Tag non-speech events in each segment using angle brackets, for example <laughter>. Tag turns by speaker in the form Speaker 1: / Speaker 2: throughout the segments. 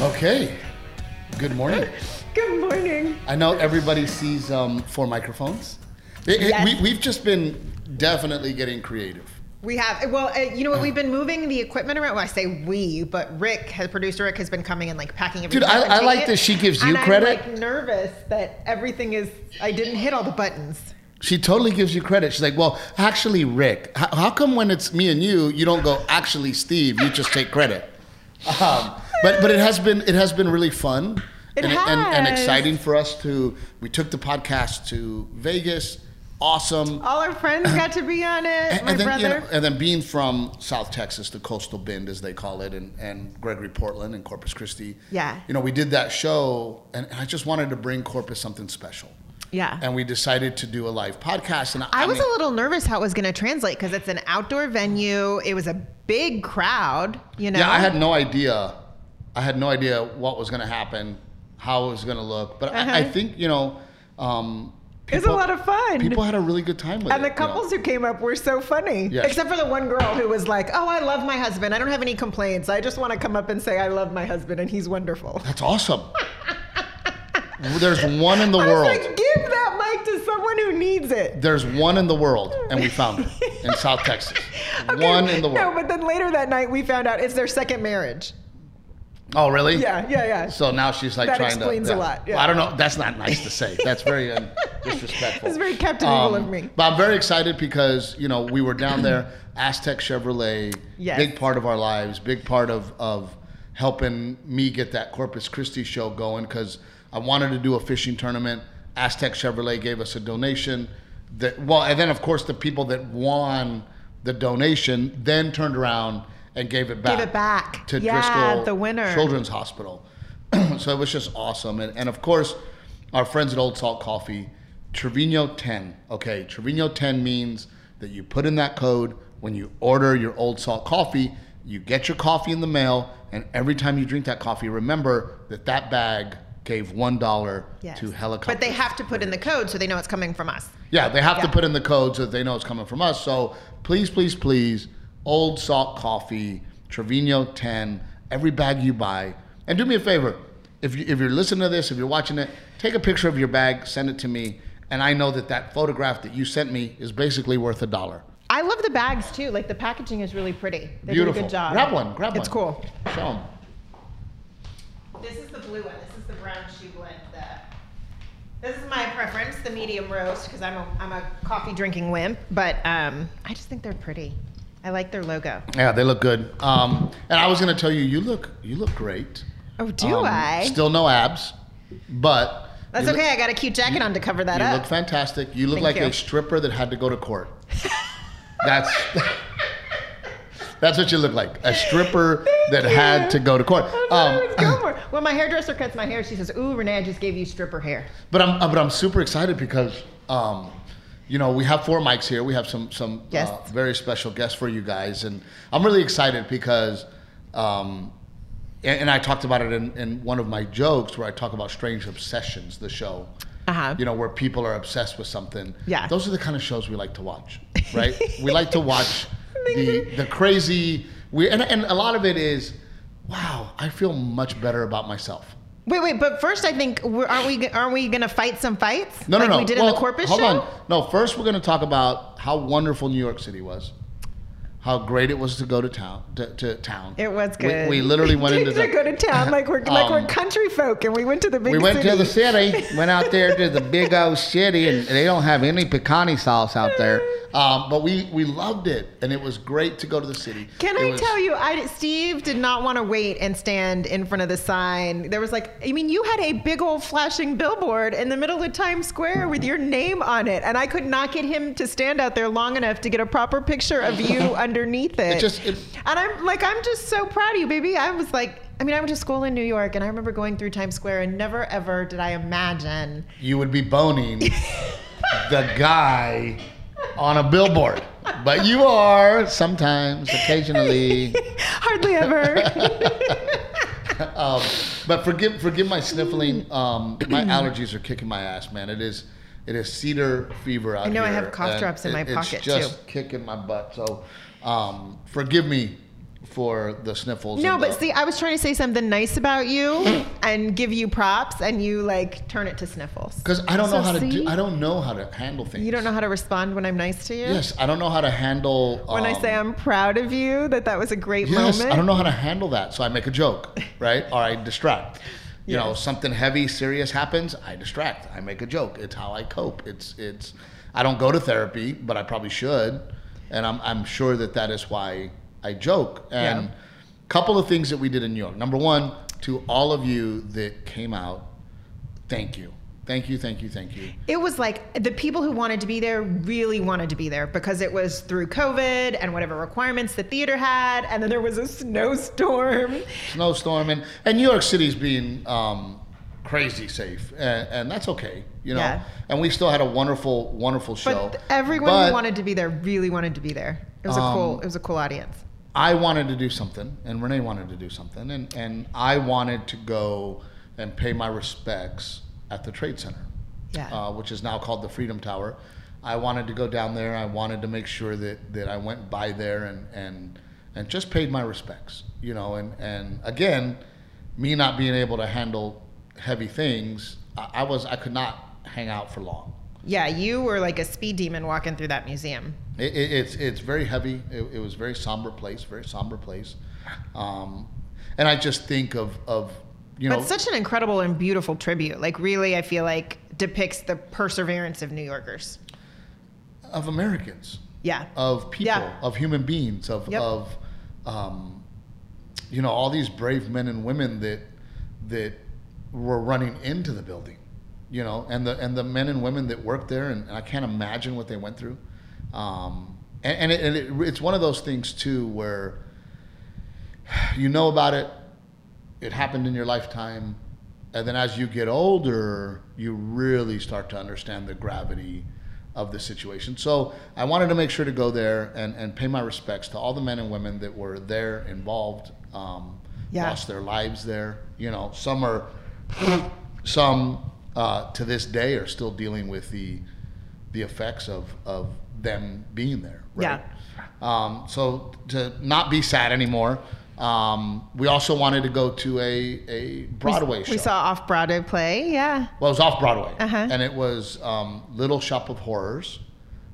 Speaker 1: Okay. Good
Speaker 2: <laughs>
Speaker 1: morning.
Speaker 2: Good morning.
Speaker 1: I know everybody sees um, four microphones. It- it-
Speaker 2: Yes.
Speaker 1: we, we've just been definitely getting creative.
Speaker 2: We have well, uh, you know what? We've been moving the equipment around. Well, I say we, but Rick, has producer Rick, has been coming and like packing everything.
Speaker 1: Dude, I-
Speaker 2: up and
Speaker 1: I
Speaker 2: taking
Speaker 1: like
Speaker 2: it.
Speaker 1: that she gives you
Speaker 2: And I'm,
Speaker 1: credit.
Speaker 2: like, nervous that everything is. I didn't hit all the buttons.
Speaker 1: She totally gives you credit. She's like, well, actually, Rick, how, how come when it's me and you, you don't go, actually, Steve, you just take credit? <laughs> Um, but but it has been it has been really fun
Speaker 2: It
Speaker 1: and, and, and
Speaker 2: has.
Speaker 1: exciting for us to we took the podcast to Vegas, awesome.
Speaker 2: All our friends got to be on it.
Speaker 1: And,
Speaker 2: My
Speaker 1: and then,
Speaker 2: brother.
Speaker 1: you know, and then being from South Texas, the coastal bend as they call it, and, and Gregory Portland and Corpus Christi.
Speaker 2: Yeah.
Speaker 1: You know, we did that show, and I just wanted to bring Corpus something special.
Speaker 2: yeah.
Speaker 1: And we decided to do a live podcast. And I,
Speaker 2: I was
Speaker 1: mean,
Speaker 2: a little nervous how it was going to translate because it's an outdoor venue. It was a big crowd. You know.
Speaker 1: Yeah, I had no idea. I had no idea what was going to happen, how it was going to look. But I, I
Speaker 2: Uh-huh.
Speaker 1: think, you know, um,
Speaker 2: It was a lot of fun.
Speaker 1: People had a really good time with it.
Speaker 2: And the
Speaker 1: you know.
Speaker 2: couples who came up were so funny.
Speaker 1: Yeah.
Speaker 2: Except for the one girl who was like, Oh, I love my husband. I don't have any complaints. I just want to come up and say, I love my husband and he's wonderful.
Speaker 1: That's
Speaker 2: <laughs>
Speaker 1: awesome. There's one in the
Speaker 2: I was
Speaker 1: world.
Speaker 2: like, Give that mic to someone who needs it.
Speaker 1: There's one in the world, and we found it in
Speaker 2: <laughs>
Speaker 1: South Texas.
Speaker 2: Okay,
Speaker 1: One in the
Speaker 2: No,
Speaker 1: world.
Speaker 2: but then later that night we found out it's their second marriage.
Speaker 1: oh, really?
Speaker 2: Yeah, yeah, yeah.
Speaker 1: So now she's like
Speaker 2: That
Speaker 1: trying
Speaker 2: explains
Speaker 1: to.
Speaker 2: a lot, yeah.
Speaker 1: Well, I don't know. That's not nice to say. That's
Speaker 2: <laughs>
Speaker 1: very un- disrespectful. Um,
Speaker 2: It's very <laughs> Captain Evil of me.
Speaker 1: But I'm very excited because you know we were down there, <clears throat> Aztec Chevrolet,
Speaker 2: Yes.
Speaker 1: big part of our lives, big part of of helping me get that Corpus Christi show going because I wanted to do a fishing tournament. Aztec Chevrolet gave us a donation. That well, and then of course the people that won the donation then turned around and gave it back.
Speaker 2: Gave it back.
Speaker 1: to
Speaker 2: Yeah,
Speaker 1: Driscoll
Speaker 2: the winner.
Speaker 1: Children's Hospital. <clears throat> so it was just awesome, and and of course our friends at Old Salt Coffee, Trevino 10. Okay, Trevino 10 means that you put in that code when you order your Old Salt coffee, you get your coffee in the mail, and every time you drink that coffee, remember that that bag gave one dollar
Speaker 2: Yes.
Speaker 1: to helicopter.
Speaker 2: But they have to put in the code so they know it's coming from us.
Speaker 1: Yeah, they have to
Speaker 2: Yeah.
Speaker 1: put in the code so that they know it's coming from us. So please, please, please, Old Salt Coffee, Trevino 10, every bag you buy. And do me a favor, if, you, if you're listening to this, if you're watching it, take a picture of your bag, send it to me. And I know that that photograph that you sent me is basically worth a dollar.
Speaker 2: I love the bags too. Like the packaging is really pretty. They
Speaker 1: Beautiful.
Speaker 2: did a good job.
Speaker 1: Grab one, grab one.
Speaker 2: It's cool.
Speaker 1: Show 'em.
Speaker 2: This is the blue one. This is the brown shoe blend. The, this is my preference, the medium roast, because I'm a, I'm a coffee drinking wimp. But um, I just think they're pretty. I like their logo.
Speaker 1: Yeah, they look good. Um, and I was going to tell you, you look, you look great.
Speaker 2: Oh, do
Speaker 1: Um,
Speaker 2: I?
Speaker 1: Still no abs, but
Speaker 2: That's
Speaker 1: you look-
Speaker 2: okay. I got a cute jacket on to cover that
Speaker 1: you
Speaker 2: up.
Speaker 1: look fantastic. You look
Speaker 2: Thank
Speaker 1: like
Speaker 2: you.
Speaker 1: a stripper that had to go to
Speaker 2: <laughs>
Speaker 1: court. That's that's what you look like. A stripper that
Speaker 2: Thank
Speaker 1: had
Speaker 2: you.
Speaker 1: to go to court. Um,
Speaker 2: That's what I was
Speaker 1: <laughs>
Speaker 2: going for. When my hairdresser cuts my hair, she says, "Ooh, Renee, I just gave you stripper hair."
Speaker 1: but I'm uh, but I'm super excited because um, you know we have four mics here. We have some some
Speaker 2: Yes.
Speaker 1: uh, very special guests for you guys, and I'm really excited because. Um, and, and I talked about it in, in one of my jokes where I talk about Strange Obsessions, the show.
Speaker 2: Uh-huh.
Speaker 1: You know, where people are obsessed with something.
Speaker 2: Yeah.
Speaker 1: Those are the kind of shows we like to watch, right? we like to
Speaker 2: <laughs>
Speaker 1: watch the, the crazy, we, and, and a lot of it is, wow, I feel much better about myself.
Speaker 2: Wait, wait, but first, I think we're, aren't we aren't we gonna fight some fights?
Speaker 1: No,
Speaker 2: like
Speaker 1: no, no.
Speaker 2: We did in
Speaker 1: Well,
Speaker 2: the Corpus
Speaker 1: hold
Speaker 2: show.
Speaker 1: on. No, first we're going to talk about how wonderful New York City was, how great it was to go to town. To, to town.
Speaker 2: It was
Speaker 1: We-
Speaker 2: good.
Speaker 1: We,
Speaker 2: <laughs>
Speaker 1: literally went into
Speaker 2: to
Speaker 1: the.
Speaker 2: go to town like we're like
Speaker 1: Um,
Speaker 2: we're country folk, and we went to the big.
Speaker 1: we went to
Speaker 2: city.
Speaker 1: the city, went out there to the big old city, and they don't have any picante sauce out there. Um, but we we loved it, and it was great to go to the city.
Speaker 2: Can
Speaker 1: It
Speaker 2: I
Speaker 1: was-
Speaker 2: tell you, I, Steve did not want to wait and stand in front of the sign. There was like, I mean, you had a big old flashing billboard in the middle of Times Square with your name on it, and I could not get him to stand out there long enough to get a proper picture
Speaker 1: <laughs>
Speaker 2: of you underneath it.
Speaker 1: It just it,
Speaker 2: and I'm like, I'm just so proud of you, baby. I was like, I mean, I went to school in New York, and I remember going through Times Square, and never ever did I imagine.
Speaker 1: you would be boning the guy
Speaker 2: <laughs>
Speaker 1: on a billboard, but you are sometimes, occasionally.
Speaker 2: <laughs> Hardly
Speaker 1: <laughs>
Speaker 2: ever.
Speaker 1: um, but forgive forgive my sniffling. Um, my
Speaker 2: Mm.
Speaker 1: allergies are kicking my ass, man. It is it is cedar fever out here.
Speaker 2: know I have cough
Speaker 1: and
Speaker 2: drops in my
Speaker 1: it's
Speaker 2: pocket,
Speaker 1: just
Speaker 2: too.
Speaker 1: kicking my butt. So um, forgive me for the sniffles.
Speaker 2: No,
Speaker 1: and
Speaker 2: but
Speaker 1: the-
Speaker 2: see, I was trying to say something nice about you and give you props, and you like turn it to sniffles.
Speaker 1: because I don't know
Speaker 3: So
Speaker 1: how to
Speaker 3: see?
Speaker 1: do. I don't know how to handle things.
Speaker 2: You don't know how to respond when I'm nice to you.
Speaker 1: Yes, I don't know how to handle.
Speaker 2: When I
Speaker 1: um,
Speaker 2: say I'm proud of you, that that was a great
Speaker 1: Yes,
Speaker 2: moment.
Speaker 1: I don't know how to handle that, so I make a joke, right? or I distract. You know,
Speaker 2: Yes.
Speaker 1: something heavy, serious happens. I distract. I make a joke. It's how I cope. It's it's. I don't go to therapy, but I probably should, and I'm I'm sure that that is why I joke. And
Speaker 2: Yeah.
Speaker 1: couple of things that we did in New York. Number one, to all of you that came out, thank you, thank you, thank you, thank you.
Speaker 2: It was like the people who wanted to be there really wanted to be there because it was through COVID and whatever requirements the theater had, and then there was a snowstorm.
Speaker 1: snowstorm and, and New York City's being um, crazy safe and, and that's okay you know
Speaker 2: Yeah.
Speaker 1: and we still had a wonderful wonderful show
Speaker 2: But th- everyone
Speaker 1: But
Speaker 2: who wanted to be there really wanted to be there. It was a
Speaker 1: Um,
Speaker 2: cool. It was a cool audience.
Speaker 1: I wanted to do something and Renee wanted to do something and, and I wanted to go and pay my respects at the Trade Center
Speaker 2: Yeah.
Speaker 1: uh, which is now called the Freedom Tower I wanted to go down there I wanted to make sure that, that I went by there and, and and just paid my respects you know and and again me not being able to handle heavy things, I, I was I could not hang out for long.
Speaker 2: yeah, you were like a speed demon walking through that museum.
Speaker 1: It, it, it's it's very heavy. It, it was a very somber place, very somber place, um, and I just think of of you know
Speaker 2: But such an incredible and beautiful tribute. Like really, I feel like depicts the perseverance of New Yorkers.
Speaker 1: of Americans,
Speaker 2: Yeah.
Speaker 1: of people,
Speaker 2: Yeah.
Speaker 1: of human beings, of
Speaker 2: Yep.
Speaker 1: of um, you know all these brave men and women that that were running into the building, you know, and the and the men and women that worked there, and, I can't imagine what they went through. Um, and and, it, and it, it's one of those things too where you know about it, it happened in your lifetime, and then as you get older, you really start to understand the gravity of the situation. So I wanted to make sure to go there and, and pay my respects to all the men and women that were there involved, um,
Speaker 2: Yeah.
Speaker 1: lost their lives there. You know, some are, some uh, to this day are still dealing with the the effects of of them being there. Right?
Speaker 2: Yeah.
Speaker 1: Um, so to not be sad anymore, um, we also wanted to go to a, a Broadway show.
Speaker 2: We saw off Broadway play. Yeah.
Speaker 1: well, it was off Broadway,
Speaker 2: Uh-huh.
Speaker 1: and it was um, Little Shop of Horrors.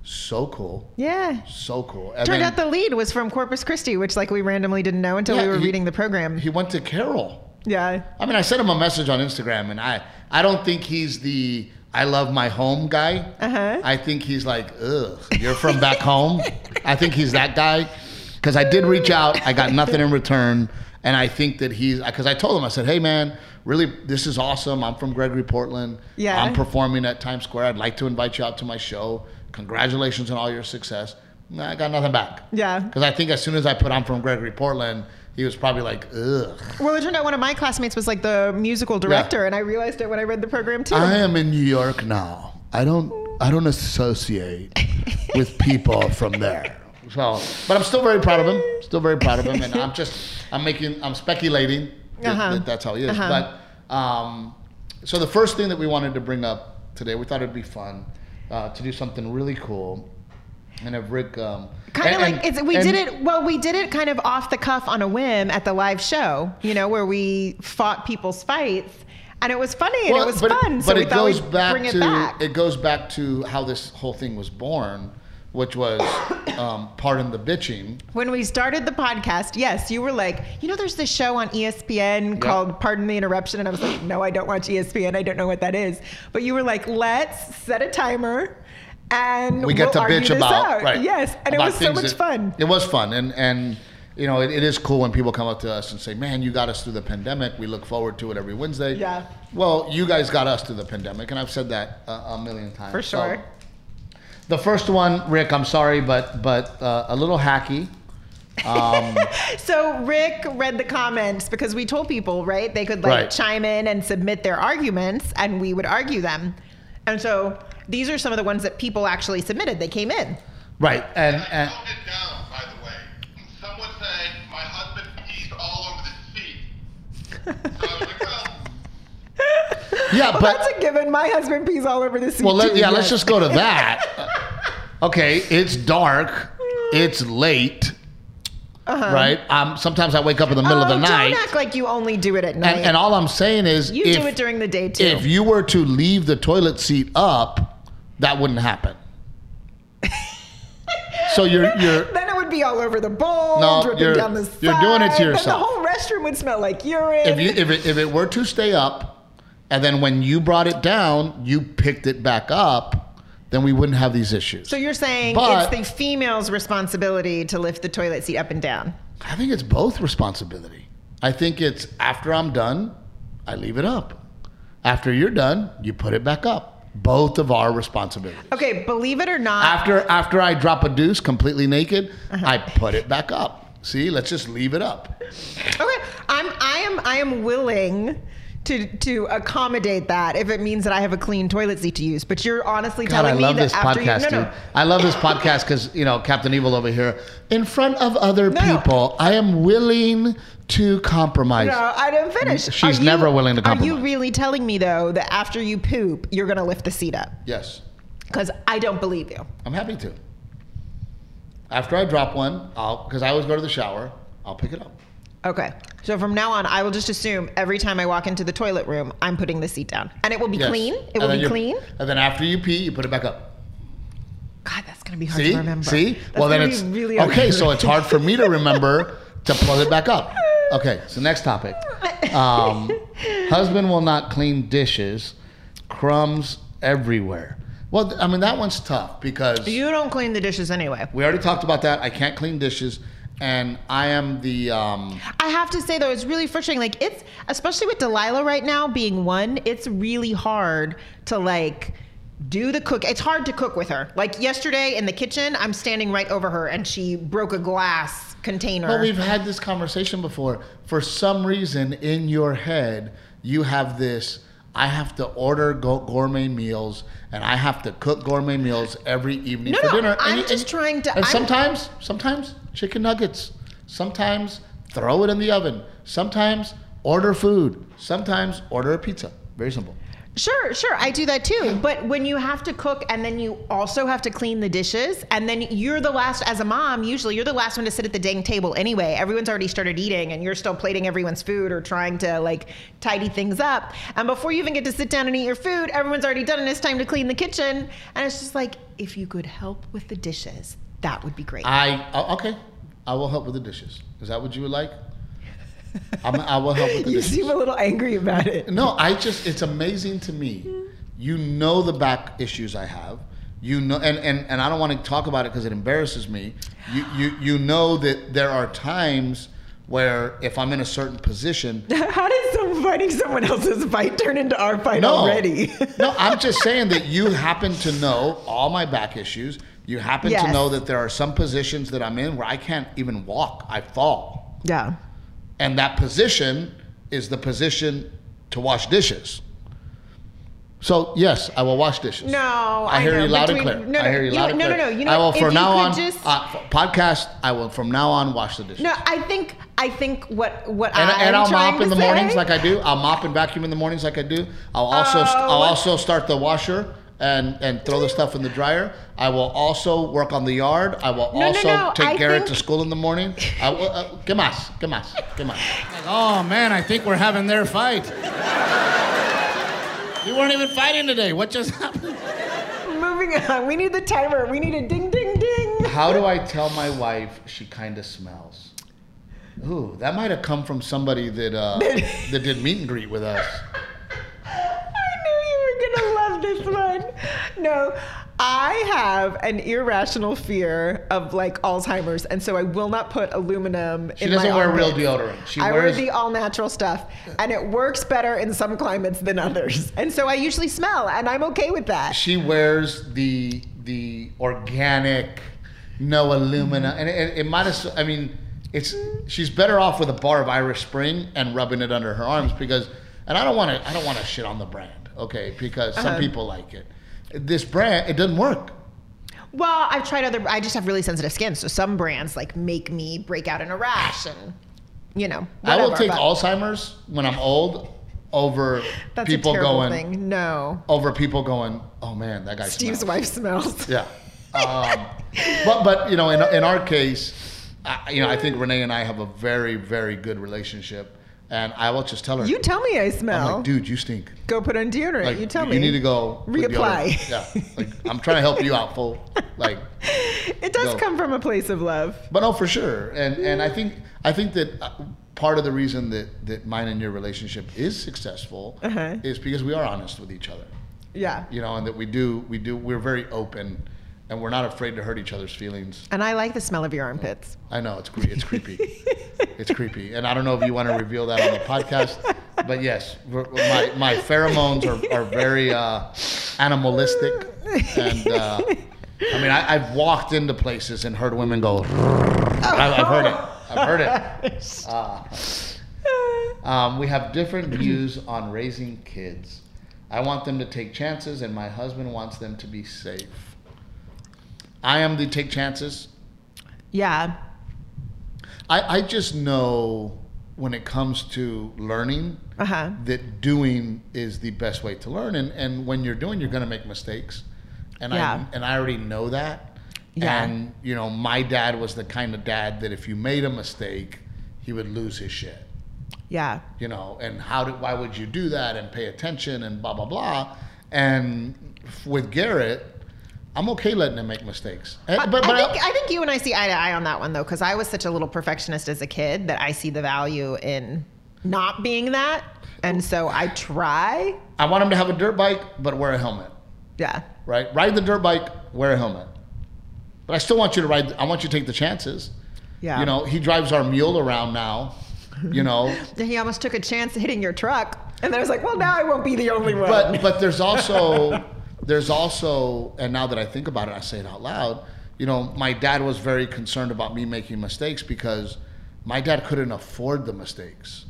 Speaker 1: So cool,
Speaker 2: Yeah.
Speaker 1: so cool. And
Speaker 2: Turned
Speaker 1: then
Speaker 2: out the lead was from Corpus Christi, which like we randomly didn't know until
Speaker 1: Yeah,
Speaker 2: we were
Speaker 1: he-
Speaker 2: reading the program.
Speaker 1: he went to Carol.
Speaker 2: yeah.
Speaker 1: I mean, I sent him a message on Instagram, and I I don't think he's the I love my home guy.
Speaker 2: Uh-huh.
Speaker 1: I think he's like, ugh, you're from back home. I think he's that guy because I did reach out. I got nothing in return, and I think that he's because I told him I said, hey man, really, this is awesome. I'm from Gregory Portland.
Speaker 2: Yeah.
Speaker 1: I'm performing at Times Square. I'd like to invite you out to my show. Congratulations on all your success. Nah, I got nothing back.
Speaker 2: Yeah.
Speaker 1: Because I think as soon as I put I'm from Gregory Portland, he was probably like, ugh.
Speaker 2: Well, it turned out one of my classmates was like the musical director, and I realized it when I read the program too.
Speaker 1: I am in New York now. I don't I don't
Speaker 2: <laughs>
Speaker 1: associate with people from there. So, but I'm still very proud of him. Still very proud of him, and I'm just I'm making I'm speculating that,
Speaker 2: Uh-huh.
Speaker 1: that that's how he is.
Speaker 2: Uh-huh.
Speaker 1: But um, so the first thing that we wanted to bring up today, we thought it'd be fun uh, to do something really cool. And if Rick, um,
Speaker 2: kind of
Speaker 1: and-
Speaker 2: like
Speaker 1: and-
Speaker 2: it's, we
Speaker 1: and-
Speaker 2: did it. Well, we did it kind of off the cuff on a whim at the live show, you know, where we fought people's fights, and it was funny and
Speaker 1: Well,
Speaker 2: it was
Speaker 1: but
Speaker 2: fun.
Speaker 1: But
Speaker 2: so we
Speaker 1: it
Speaker 2: thought
Speaker 1: goes
Speaker 2: we'd
Speaker 1: back
Speaker 2: bring
Speaker 1: to
Speaker 2: it back.
Speaker 1: it goes back to how this whole thing was born, which was <coughs> um, pardon the bitching.
Speaker 2: when we started the podcast, yes, you were like, you know, there's this show on E ESPN called Pardon the Interruption. And I was like, no, I don't watch E ESPN. I don't know what that is. But you were like, let's set a timer and
Speaker 1: we get
Speaker 2: we'll
Speaker 1: to
Speaker 2: argue
Speaker 1: bitch
Speaker 2: this
Speaker 1: about
Speaker 2: out.
Speaker 1: right
Speaker 2: Yes. And
Speaker 1: about
Speaker 2: it was so
Speaker 1: things
Speaker 2: much
Speaker 1: that-
Speaker 2: fun.
Speaker 1: it was fun and and you know it, it is cool when people come up to us and say man you got us through the pandemic we look forward to it every wednesday
Speaker 2: Yeah.
Speaker 1: well you guys got us through the pandemic and i've said that a, a million times
Speaker 2: For
Speaker 1: So,
Speaker 2: sure.
Speaker 1: the first one rick i'm sorry but but uh, a little hacky
Speaker 2: <laughs>
Speaker 1: um,
Speaker 2: So Rick read the comments because we told people, right? They could like
Speaker 1: Right.
Speaker 2: chime in and submit their arguments and we would argue them. And so these are some of the ones that people actually submitted. They came in.
Speaker 1: right and
Speaker 4: I
Speaker 1: and
Speaker 4: wrote it down, by the way. Someone said my husband pees all over the seat. So I was like,
Speaker 5: <laughs>
Speaker 1: <laughs>
Speaker 4: well,
Speaker 1: yeah
Speaker 2: Well,
Speaker 1: but
Speaker 2: that's a given. My husband pees all over the seat.
Speaker 1: Well, let,
Speaker 2: too,
Speaker 1: yeah, let's
Speaker 2: yes.
Speaker 1: just go uh, to
Speaker 2: <laughs>
Speaker 1: that. okay, it's dark. It's late. right? Um, sometimes I wake up in the middle of the
Speaker 2: Uh-huh. Oh,
Speaker 1: night,
Speaker 2: Don't act like you only do it at night.
Speaker 1: and, and all I'm saying is,
Speaker 2: you
Speaker 1: if,
Speaker 2: do it during the day too.
Speaker 1: if you were to leave the toilet seat up, that wouldn't happen. so
Speaker 2: <laughs>
Speaker 1: you're you're
Speaker 2: then it would be all over the bowl,
Speaker 1: No,
Speaker 2: dripping
Speaker 1: you're-
Speaker 2: down the side.
Speaker 1: you're doing it to
Speaker 2: Then
Speaker 1: yourself.
Speaker 2: the whole restroom would smell like urine.
Speaker 1: if you if it, if it were to stay up, and then when you brought it down, you picked it back up, then we wouldn't have these issues.
Speaker 2: so you're saying
Speaker 1: But-
Speaker 2: it's the female's responsibility to lift the toilet seat up and down.
Speaker 1: I think it's both responsibility. I think it's after I'm done, I leave it up. After you're done, you put it back up. Both of our responsibilities.
Speaker 2: Okay, believe it or not,
Speaker 1: After after I drop a deuce completely naked,
Speaker 2: Uh-huh.
Speaker 1: I put it back up. See, let's just leave it up.
Speaker 2: Okay, I'm I am I am willing to to accommodate that if it means that I have a clean toilet seat to use. But you're honestly
Speaker 1: God, I
Speaker 2: telling
Speaker 1: love
Speaker 2: me that
Speaker 1: this
Speaker 2: after
Speaker 1: podcast,
Speaker 2: you no no.
Speaker 1: dude. I love this podcast because you know Captain Evil over here, in front of other
Speaker 2: No.
Speaker 1: people, I am willing to compromise.
Speaker 2: No, I didn't finish.
Speaker 1: She's
Speaker 2: Are you-
Speaker 1: never willing to
Speaker 2: Are you
Speaker 1: compromise.
Speaker 2: really telling me though that after you poop, you're gonna lift the seat up?
Speaker 1: Yes,
Speaker 2: Because I don't believe you.
Speaker 1: I'm happy to. After I drop one, I'll because I always go to the shower. I'll pick it up.
Speaker 2: Okay. So from now on, I will just assume every time I walk into the toilet room, I'm putting the seat down, and it will be
Speaker 1: Yes.
Speaker 2: clean. It
Speaker 1: And
Speaker 2: will
Speaker 1: then
Speaker 2: be
Speaker 1: you-
Speaker 2: clean.
Speaker 1: And then after you pee, you put it back up.
Speaker 2: God, that's gonna be hard
Speaker 1: See,
Speaker 2: to remember.
Speaker 1: see.
Speaker 2: That's
Speaker 1: well, then
Speaker 2: gonna
Speaker 1: it's
Speaker 2: be really hard
Speaker 1: okay.
Speaker 2: to
Speaker 1: So it's hard for me to remember to plug it back up. Okay. So next topic.
Speaker 2: <laughs>
Speaker 1: Um, husband will not clean dishes. Crumbs everywhere. Well, th- I mean that one's tough because
Speaker 2: You don't clean the dishes anyway.
Speaker 1: we already talked about that. I can't clean dishes, and I am the. Um,
Speaker 2: I have to say though, it's really frustrating. Like it's especially with Delilah right now being one, it's really hard to like do the cook. It's hard to cook with her. Like yesterday in the kitchen, I'm standing right over her and she broke a glass container.
Speaker 1: but we've had this conversation before. For some reason, in your head, you have this. I have to order go- gourmet meals, and I have to cook gourmet meals every evening
Speaker 2: No,
Speaker 1: for
Speaker 2: no,
Speaker 1: dinner. And
Speaker 2: I'm
Speaker 1: you-
Speaker 2: just trying to-
Speaker 1: And
Speaker 2: I'm-
Speaker 1: sometimes, sometimes chicken nuggets. Sometimes throw it in the oven. Sometimes order food. Sometimes order a pizza. Very simple.
Speaker 2: Sure, sure. I do that too. But when you have to cook and then you also have to clean the dishes, and then you're the last, as a mom, usually you're the last one to sit at the dang table anyway. Everyone's already started eating and you're still plating everyone's food or trying to like tidy things up. And before you even get to sit down and eat your food, everyone's already done and it's time to clean the kitchen. And it's just like, if you could help with the dishes, that would be great.
Speaker 1: I o- okay. I will help with the dishes. Is that what you would like? I'm, I will help
Speaker 2: <laughs>
Speaker 1: with the dishes.
Speaker 2: a little angry
Speaker 1: <laughs>
Speaker 2: about it.
Speaker 1: No, I just it's amazing to me. You know the back issues I have. You know, and and, and I don't want to talk about it because it embarrasses me. You you you know that there are times where if I'm in a certain position,
Speaker 2: How did some, fighting someone else's fight turn into our fight
Speaker 1: no, <laughs> no, I'm just saying that you happen to know all my back issues. You happen to
Speaker 2: Yes.
Speaker 1: know that there are some positions that I'm in where I can't even walk. I fall,
Speaker 2: yeah.
Speaker 1: and that position is the position to wash dishes. So yes, I will wash dishes.
Speaker 2: No,
Speaker 1: I, hear
Speaker 2: know,
Speaker 1: you loud and
Speaker 2: between-
Speaker 1: clear.
Speaker 2: No, no,
Speaker 1: I hear you, loud and
Speaker 2: no,
Speaker 1: clear.
Speaker 2: No, no, no. You know,
Speaker 1: I will
Speaker 2: if
Speaker 1: from
Speaker 2: you
Speaker 1: now
Speaker 2: could
Speaker 1: on
Speaker 2: just-
Speaker 1: uh, f- podcast. I will from now on wash the dishes.
Speaker 2: no, I think, I think what what
Speaker 1: and,
Speaker 2: I'm
Speaker 1: and I'll
Speaker 2: trying
Speaker 1: mop
Speaker 2: to
Speaker 1: in the
Speaker 2: say,
Speaker 1: mornings like I do. I'll mop and vacuum in the mornings like I do. I'll also st-
Speaker 2: Oh,
Speaker 1: I'll
Speaker 2: what-
Speaker 1: also start the washer and and throw the stuff in the dryer. I will also work on the yard. I will
Speaker 2: no,
Speaker 1: also
Speaker 2: no,
Speaker 1: take
Speaker 2: I
Speaker 1: Garrett
Speaker 2: think-
Speaker 1: to school in the morning. I will, uh, que más? Que más? Que más?
Speaker 3: Oh man, I think we're having their fight. you weren't even fighting today. What just happened?
Speaker 2: moving on. <laughs> We need the timer. We need a ding, ding, ding.
Speaker 1: How do I tell my wife she kind of smells? Ooh, that might have come from somebody that
Speaker 2: <laughs>
Speaker 1: uh, that did meet and greet with us.
Speaker 2: I knew you were gonna love this one. No, I have an irrational fear of like Alzheimer's, and so I will not put aluminum.
Speaker 1: She
Speaker 2: in
Speaker 1: doesn't
Speaker 2: my
Speaker 1: wear real
Speaker 2: armpits.
Speaker 1: deodorant. She
Speaker 2: I wear
Speaker 1: wears
Speaker 2: the all natural stuff, and it works better in some climates than others. And so I usually smell, and I'm okay with that.
Speaker 1: she wears the the organic, no alumina, and it, it might as I mean it's she's better off with a bar of Irish Spring and rubbing it under her arms because and I don't want to I don't want to shit on the brand okay because
Speaker 2: Uh-huh.
Speaker 1: some people like it. This brand it doesn't work.
Speaker 2: Well, I've tried other. I just have really sensitive skin, so some brands like make me break out in a rash, and you know.
Speaker 1: I will
Speaker 2: whatever,
Speaker 1: take
Speaker 2: but
Speaker 1: Alzheimer's when I'm old over
Speaker 2: That's
Speaker 1: people
Speaker 2: a terrible
Speaker 1: going
Speaker 2: thing. No,
Speaker 1: over people going. Oh man, that guy.
Speaker 2: Steve's
Speaker 1: smells."
Speaker 2: wife smells.
Speaker 1: Yeah. Um, but but you know in in our case, I, you know, I think Renee and I have a very, very good relationship, and I will just tell her,
Speaker 2: You tell me I
Speaker 1: I'm
Speaker 2: smell.
Speaker 1: like, dude, you stink.
Speaker 2: Go put on deodorant.
Speaker 1: Like,
Speaker 2: you tell me.
Speaker 1: you need to go put
Speaker 2: Reapply.
Speaker 1: deodorant. Yeah, like I'm trying to help you out, fool. Like,
Speaker 2: <laughs> It does
Speaker 1: go.
Speaker 2: come from a place of love.
Speaker 1: but no, for sure. And and I think I think that uh, part of the reason that that mine and your relationship is successful
Speaker 2: Uh-huh.
Speaker 1: is because we are honest with each other.
Speaker 2: Yeah.
Speaker 1: You know, and that we do we do we're very open, and we're not afraid to hurt each other's feelings.
Speaker 2: And I like the smell of your armpits.
Speaker 1: I know it's cre- it's
Speaker 2: <laughs>
Speaker 1: creepy. It's creepy, and I don't know if you want to reveal that on the podcast, but yes, we're- my, my pheromones are, are very uh, animalistic, and uh, I mean I, I've walked into places and heard women go. I, I've heard it. I've heard it. Uh, um, we have different views on raising kids. I want them to take chances, and my husband wants them to be safe. I am the take chances.
Speaker 2: <laughs> Yeah.
Speaker 1: I, I just know when it comes to learning
Speaker 2: Uh huh.
Speaker 1: that doing is the best way to learn and, and when you're doing you're going to make mistakes and
Speaker 2: Yeah.
Speaker 1: I and I already know that
Speaker 2: Yeah.
Speaker 1: and you know my dad was the kind of dad that if you made a mistake he would lose his shit
Speaker 2: Yeah.
Speaker 1: you know and how did why would you do that and pay attention and blah blah blah and f- with Garrett I'm okay letting him make mistakes And- but, but
Speaker 2: I,
Speaker 1: I-
Speaker 2: think, I think you and I see eye to eye on that one though, because I was such a little perfectionist as a kid that I see the value in not being that, and so I try.
Speaker 1: I want him to have a dirt bike but wear a helmet
Speaker 2: Yeah,
Speaker 1: right? Ride the dirt bike, wear a helmet. But I still want you to ride. I want you to take the chances.
Speaker 2: yeah.
Speaker 1: You know, he drives our mule around now. You
Speaker 2: <laughs>
Speaker 1: know,
Speaker 2: Then he almost took a chance hitting your truck, and then I was like, well, now I won't be the only one.
Speaker 1: but but there's also there's also, and now that I think about it, I say it out loud. You know, my dad was very concerned about me making mistakes because my dad couldn't afford the mistakes.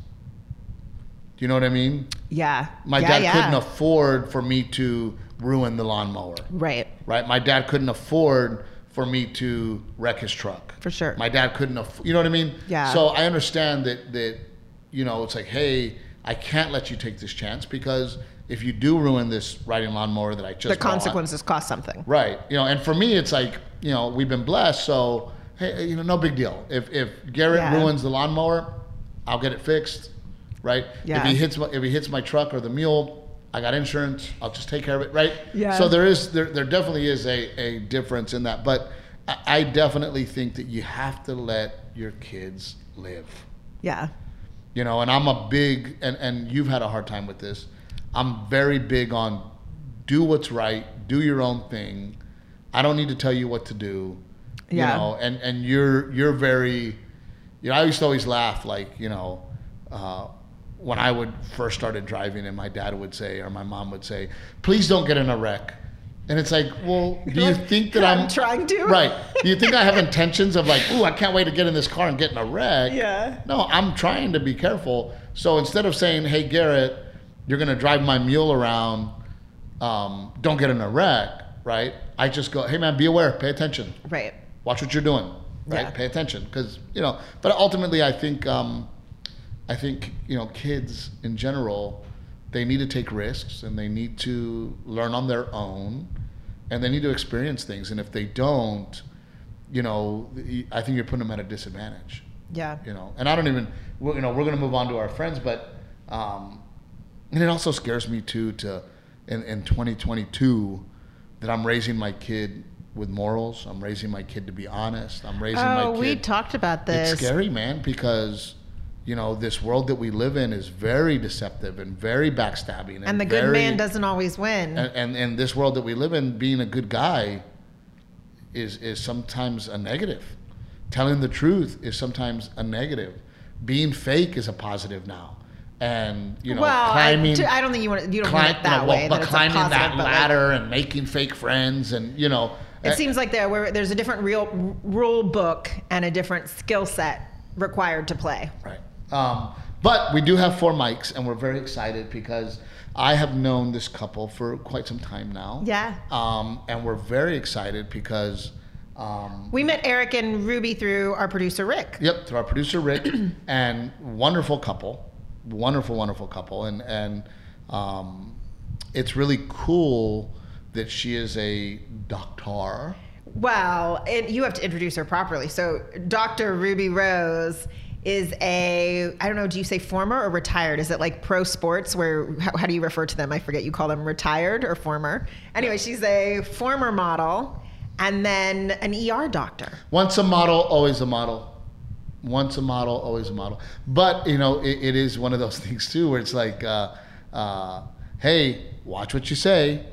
Speaker 1: Do you know what I mean?
Speaker 2: yeah,
Speaker 1: My
Speaker 2: yeah,
Speaker 1: dad
Speaker 2: yeah.
Speaker 1: couldn't afford for me to ruin the lawnmower.
Speaker 2: Right.
Speaker 1: right? My dad couldn't afford for me to wreck his truck.
Speaker 2: For sure.
Speaker 1: My dad couldn't afford, you know what I mean?
Speaker 2: Yeah.
Speaker 1: So I understand that, that, you know, it's like, hey, I can't let you take this chance because if you do ruin this riding lawnmower that I just
Speaker 2: The
Speaker 1: bought-
Speaker 2: consequences cost something.
Speaker 1: Right. You know, and for me, it's like, you know, we've been blessed. So, hey, you know, no big deal. If, if Garrett
Speaker 2: Yeah.
Speaker 1: ruins the lawnmower, I'll get it fixed. Right.
Speaker 2: Yeah.
Speaker 1: If he hits my, if he hits my truck or the mule, I got insurance. I'll just take care of it. Right.
Speaker 2: Yeah.
Speaker 1: So there is there, there definitely is a, a difference in that, but I, I definitely think that you have to let your kids live
Speaker 2: Yeah,
Speaker 1: you know and i'm a big and and you've had a hard time with this i'm very big on do what's right do your own thing i don't need to tell you what to do
Speaker 2: Yeah.
Speaker 1: you know and and you're you're very you know i used to always laugh like you know uh when I would first started driving, and my dad would say, or my mom would say, "Please don't get in a wreck," and it's like, well, do you
Speaker 2: Like,
Speaker 1: think that
Speaker 2: I'm
Speaker 1: I'm,
Speaker 2: trying to?
Speaker 1: Right? Do you think I
Speaker 2: <laughs>
Speaker 1: have intentions of like, "Ooh, I can't wait to get in this car and get in a wreck"?
Speaker 2: Yeah.
Speaker 1: No, I'm trying to be careful. So instead of saying, "Hey Garrett, you're gonna drive my mule around, um, don't get in a wreck," right? I just go, "Hey man, be aware, pay attention,
Speaker 2: right.
Speaker 1: watch what you're doing, right?
Speaker 2: Yeah.
Speaker 1: Pay attention, because you know." But ultimately, I think, um, I think you know, kids in general, they need to take risks and they need to learn on their own, and they need to experience things. And if they don't, you know, I think you're putting them at a disadvantage
Speaker 2: Yeah.
Speaker 1: you know and i don't even we're, you know we're going to move on to our friends but um and it also scares me too to in, in 2022 that i'm raising my kid with morals i'm raising my kid to be honest i'm raising my
Speaker 2: Oh,
Speaker 1: kid
Speaker 2: we talked about this.
Speaker 1: it's scary man because you know this world that we live in is very deceptive and very backstabbing and,
Speaker 2: And the good
Speaker 1: very-
Speaker 2: man doesn't always win.
Speaker 1: and, and and this world that we live in, being a good guy is is sometimes a negative. Telling the truth is sometimes a negative. Being fake is a positive now, and you know
Speaker 2: well, I,
Speaker 1: climbing.
Speaker 2: do- I don't think you want to, you don't
Speaker 1: cli-
Speaker 2: want it that
Speaker 1: no, well,
Speaker 2: way.
Speaker 1: but
Speaker 2: that it's a
Speaker 1: climbing
Speaker 2: positive,
Speaker 1: that
Speaker 2: but, like,
Speaker 1: ladder and making fake friends, and you know, eh,
Speaker 2: It seems like there where there's a different real rule book and a different skill set required to play.
Speaker 1: Right. Um, but we do have four mics, and we're very excited because I have known this couple for quite some time now.
Speaker 2: Yeah.
Speaker 1: Um, and we're very excited because. Um,
Speaker 2: We met Eric and Ruby through our producer Rick.
Speaker 1: Yep, through our producer Rick, <clears throat> and wonderful couple, wonderful, wonderful couple, and and um, it's really cool that she is a doctor
Speaker 2: Well, and you have to introduce her properly. So, Dr. Ruby Rose is a I don't know. Do you say former or retired? Is it like pro sports? Where how, how do you refer to them? I forget. You call them retired or former. Anyway, she's a former model and then an ER doctor.
Speaker 1: Once a model, always a model. Once a model, always a model. But you know, it, it is one of those <laughs> things too, where it's like, uh, uh, hey, watch what you say,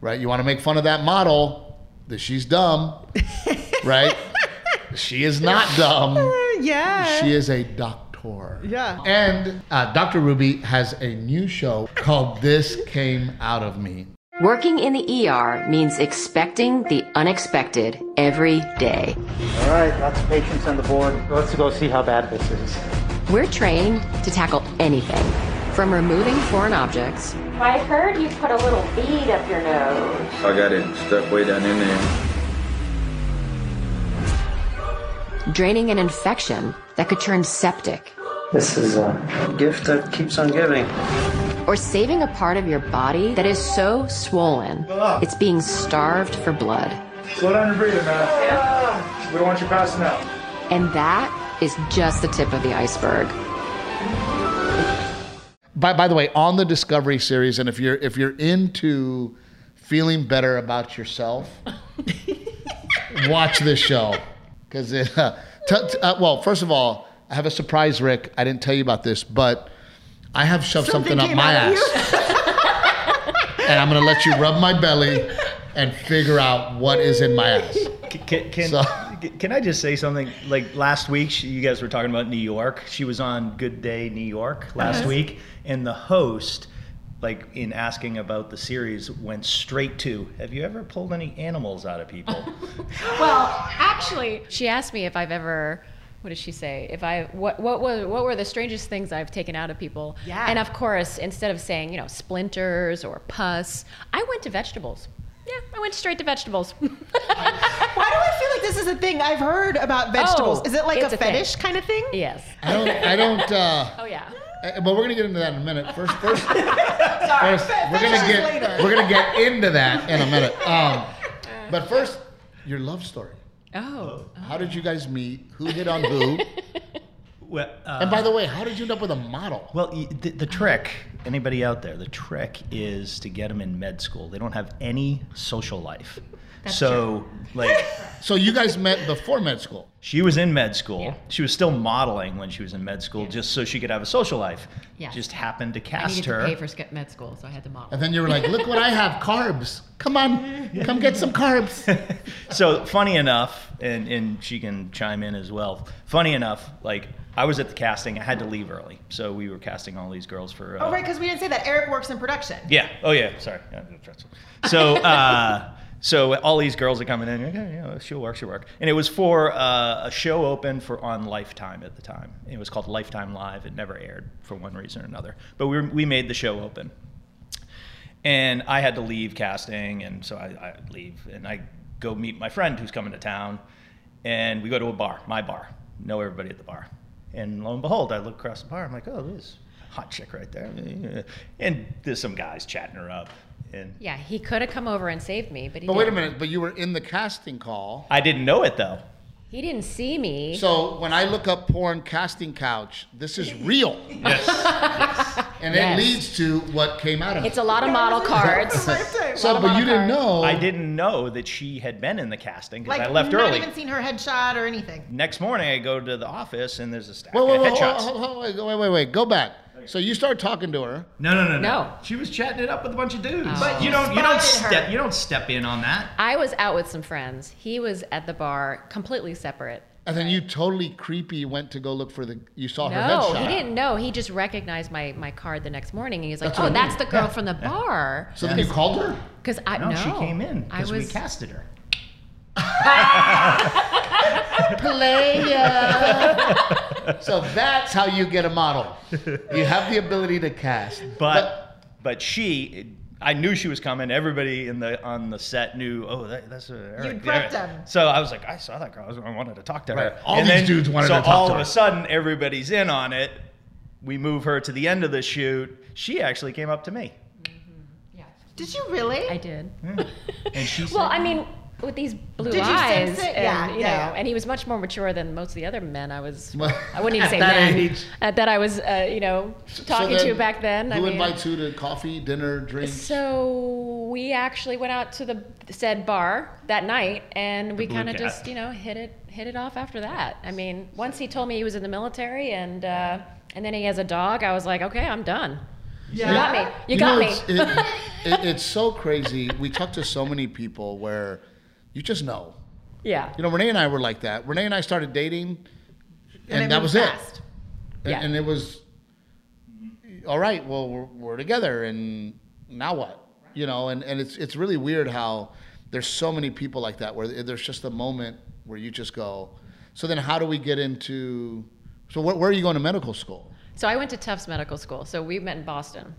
Speaker 1: right? You want to make fun of that model that she's dumb, right? she is not
Speaker 5: Uh,
Speaker 1: dumb.
Speaker 2: yeah.
Speaker 1: She is a doctor.
Speaker 2: Yeah.
Speaker 1: And uh, Dr. Ruby has a new show called This Came Out of Me.
Speaker 6: Working in the ER means expecting the unexpected every day.
Speaker 7: All right, lots of patients on the board. Let's go see how bad this is.
Speaker 6: We're trained to tackle anything, from removing foreign objects
Speaker 5: I heard you put a little bead up your nose.
Speaker 8: I got it stuck way down in there.
Speaker 6: draining an infection that could turn septic,
Speaker 7: This is uh, a gift that keeps on giving.
Speaker 6: or saving a part of your body that is so swollen it's being starved for blood.
Speaker 9: Slow down your breathing, man. We don't want you passing out.
Speaker 6: And that is just the tip of the iceberg.
Speaker 1: By, by the way, on the Discovery series, and if you're if you're into feeling better about
Speaker 2: <laughs>
Speaker 1: yourself, watch this show because it. Uh, t- t- uh, well, first of all, I have a surprise, Rick. I didn't tell you about this, but I have shoved something,
Speaker 2: Something
Speaker 1: up
Speaker 2: came
Speaker 1: my
Speaker 2: out of
Speaker 1: ass, and I'm gonna let you rub my belly and figure out what is in my ass.
Speaker 10: Can, can,
Speaker 1: So-
Speaker 10: can I just say something? Like last week, she, you guys were talking about New York. She was on Good Day New York last week, and the host, like in asking about the series, went straight to Have you ever pulled any animals out of people?
Speaker 5: <laughs> Well, actually, she asked me if I've ever. What did she say? If I what what was what were the strangest things I've taken out of people?
Speaker 2: Yeah.
Speaker 5: And of course, instead of saying you know splinters or pus, I went to vegetables. Yeah, I went straight to vegetables. <laughs>
Speaker 2: Why do I feel like this is a thing I've heard about vegetables?
Speaker 5: Oh,
Speaker 2: is it like a
Speaker 5: it's a thing.
Speaker 2: fetish kind of thing?
Speaker 5: yes.
Speaker 1: I don't. I don't. Uh,
Speaker 5: Oh yeah.
Speaker 1: Uh, But we're gonna get into that in a minute. First, first, first we're gonna get
Speaker 2: later.
Speaker 1: we're gonna get into that in a minute. Um, but first, your love story.
Speaker 5: Oh.
Speaker 1: How did you guys meet? Who hit on who?
Speaker 10: well, uh,
Speaker 1: And by the way, how did you end up with a model?
Speaker 10: well y- the, the trick, anybody out there, the trick is to get them in med school. They don't have any social life. so,
Speaker 1: <laughs>
Speaker 10: like,
Speaker 1: So you guys met before med school.
Speaker 10: She was in med school. She was still modeling when she was in med school, just so she could have a social life.
Speaker 11: Yes.
Speaker 10: Just happened to
Speaker 11: I
Speaker 10: cast
Speaker 11: needed
Speaker 10: her.
Speaker 11: to pay for sk- med school, so I had to model.
Speaker 1: And then you were like, "Look what I have! Carbs! Come on, come get some carbs!"
Speaker 10: so funny enough, and, and she can chime in as well. Funny enough, like I was at the casting, I had to leave early, so we were casting all these girls for. Uh,
Speaker 2: Oh, right, because we didn't say that. Eric works in production.
Speaker 10: Yeah. Oh yeah. Sorry. Yeah, no pretzel. So uh, so all these girls are coming in. Like, yeah, yeah, she'll work. She'll work. And it was for uh, a show open for on Lifetime at the time. It was called Lifetime Live. It never aired for one reason or another. But we were, we made the show open, and I had to leave casting, and so I, I leave and I go meet my friend who's coming to town, and we go to a bar, my bar. Know everybody at the bar, and lo and behold, I look across the bar. I'm like, oh, this hot chick right there, and there's some guys chatting her up, and
Speaker 5: Yeah. He could have come over and saved me, but he
Speaker 1: But wait a
Speaker 5: didn't.
Speaker 1: minute. But you were in the casting call.
Speaker 10: I didn't know it though.
Speaker 5: He didn't see me.
Speaker 1: So when I look up porn casting couch, this is real,
Speaker 10: <laughs> Yes.
Speaker 1: and
Speaker 5: Yes.
Speaker 1: it leads to what came out of it.
Speaker 5: it's a lot of
Speaker 1: <laughs>
Speaker 2: <laughs>
Speaker 5: model cards.
Speaker 1: so, but you didn't know.
Speaker 10: I didn't know that she had been in the casting because
Speaker 2: Oh. Like,
Speaker 10: I left
Speaker 2: not
Speaker 10: early.
Speaker 2: even seen her headshot or anything.
Speaker 10: Next morning, I go to the office and there's a stack
Speaker 1: Wait,
Speaker 10: of
Speaker 1: wait, wait,
Speaker 10: headshots.
Speaker 1: hold- hold- wait, wait, wait, wait. Go back. So you start talking to her.
Speaker 10: No, no, no,
Speaker 5: No.
Speaker 10: She was chatting it up with a bunch of dudes.
Speaker 11: But
Speaker 10: you don't, you don't
Speaker 2: Oh. spotted her.
Speaker 10: step, you don't step in on that.
Speaker 5: I was out with some friends. He was at the bar, completely separate.
Speaker 1: And then you totally creepy went to go look for the. You saw her
Speaker 5: No,
Speaker 1: headshot.
Speaker 5: he didn't know. He just recognized my, my card the next morning, and he was like,
Speaker 1: That's what I
Speaker 5: "Oh, that's the
Speaker 1: mean.
Speaker 5: girl from the bar."
Speaker 1: So then you called her.
Speaker 5: Because I
Speaker 10: No,
Speaker 5: no,
Speaker 10: she came in
Speaker 5: I
Speaker 10: because we
Speaker 1: <laughs>
Speaker 5: was <laughs>
Speaker 10: casted <laughs> her.
Speaker 1: Playa. so that's how you get a model. You have the ability to cast.
Speaker 10: But, but she, I knew she was coming. Everybody in the on the set knew. Oh, that, that's a Eric.
Speaker 2: You prepped
Speaker 10: Eric."
Speaker 2: them.
Speaker 10: So I was like, I saw that girl. I was- I wanted to talk to her.
Speaker 1: Right. All these dudes wanted
Speaker 10: so
Speaker 1: to talk
Speaker 10: all
Speaker 1: to
Speaker 10: of
Speaker 1: her.
Speaker 10: a sudden, everybody's in on it. We move her to the end of the shoot. She actually came up to me.
Speaker 2: Did you really?
Speaker 5: I did.
Speaker 1: Mm.
Speaker 10: And she said,
Speaker 5: <laughs> Well, I mean, with these blue
Speaker 2: Did you
Speaker 5: eyes.
Speaker 2: sense it?
Speaker 5: And,
Speaker 2: Yeah,
Speaker 5: you
Speaker 2: yeah,
Speaker 5: know,
Speaker 2: yeah.
Speaker 5: and he was much more mature than most of the other men I was.
Speaker 1: Well,
Speaker 5: I
Speaker 1: <laughs>
Speaker 5: wouldn't even
Speaker 1: at
Speaker 5: say
Speaker 1: that
Speaker 5: men
Speaker 1: age.
Speaker 5: uh, that I was, uh, you know, talking
Speaker 1: So
Speaker 5: to back then.
Speaker 1: Who
Speaker 5: I mean,
Speaker 1: invites who to coffee, dinner, drinks?
Speaker 5: So we actually went out to the said bar that night, and we
Speaker 1: blue
Speaker 5: kind of
Speaker 1: cat.
Speaker 5: just, you know, hit it hit it off after that. I mean, once he told me he was in the military, and uh, and then he has a dog, I was like, okay, I'm done. You got me. You, got
Speaker 1: know,
Speaker 5: me. <laughs>
Speaker 1: It's, it- it- it's so crazy. We talk to so many people where you just know.
Speaker 5: yeah.
Speaker 1: You know, Renee and I were like that. Renee and I started dating, and,
Speaker 2: it
Speaker 1: that was
Speaker 2: moved
Speaker 1: it.
Speaker 2: fast.
Speaker 1: And,
Speaker 2: Yeah.
Speaker 1: and it was all right. Well, we're, we're together, and now what? You know, and, and it's it's really weird how there's so many people like that where there's just a moment where you just go. So then, how do we get into? So where, where are you going to medical school?
Speaker 5: So I went to Tufts Medical School. So we met in Boston.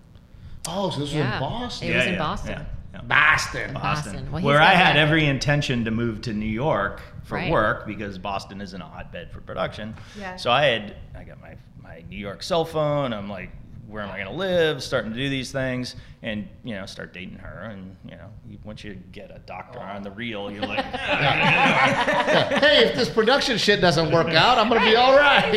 Speaker 1: Oh, so this
Speaker 5: Yeah.
Speaker 1: was in Boston.
Speaker 5: It was in Boston.
Speaker 1: Boston.
Speaker 10: Boston,
Speaker 5: Boston. Well, he's
Speaker 10: where I
Speaker 5: got
Speaker 10: had
Speaker 5: that.
Speaker 10: every intention to move to New York for
Speaker 5: Right.
Speaker 10: work because Boston isn't a hotbed for production.
Speaker 5: Yeah.
Speaker 10: So I had I got my my New York cell phone. I'm like, where am I going to live? Starting to do these things, and you know, start dating her, and you know, you- once you get a doctor on the reel, you're
Speaker 5: <laughs>
Speaker 10: like,
Speaker 1: <laughs> hey, if this production shit doesn't work out, I'm gonna be all
Speaker 5: <laughs>
Speaker 1: right.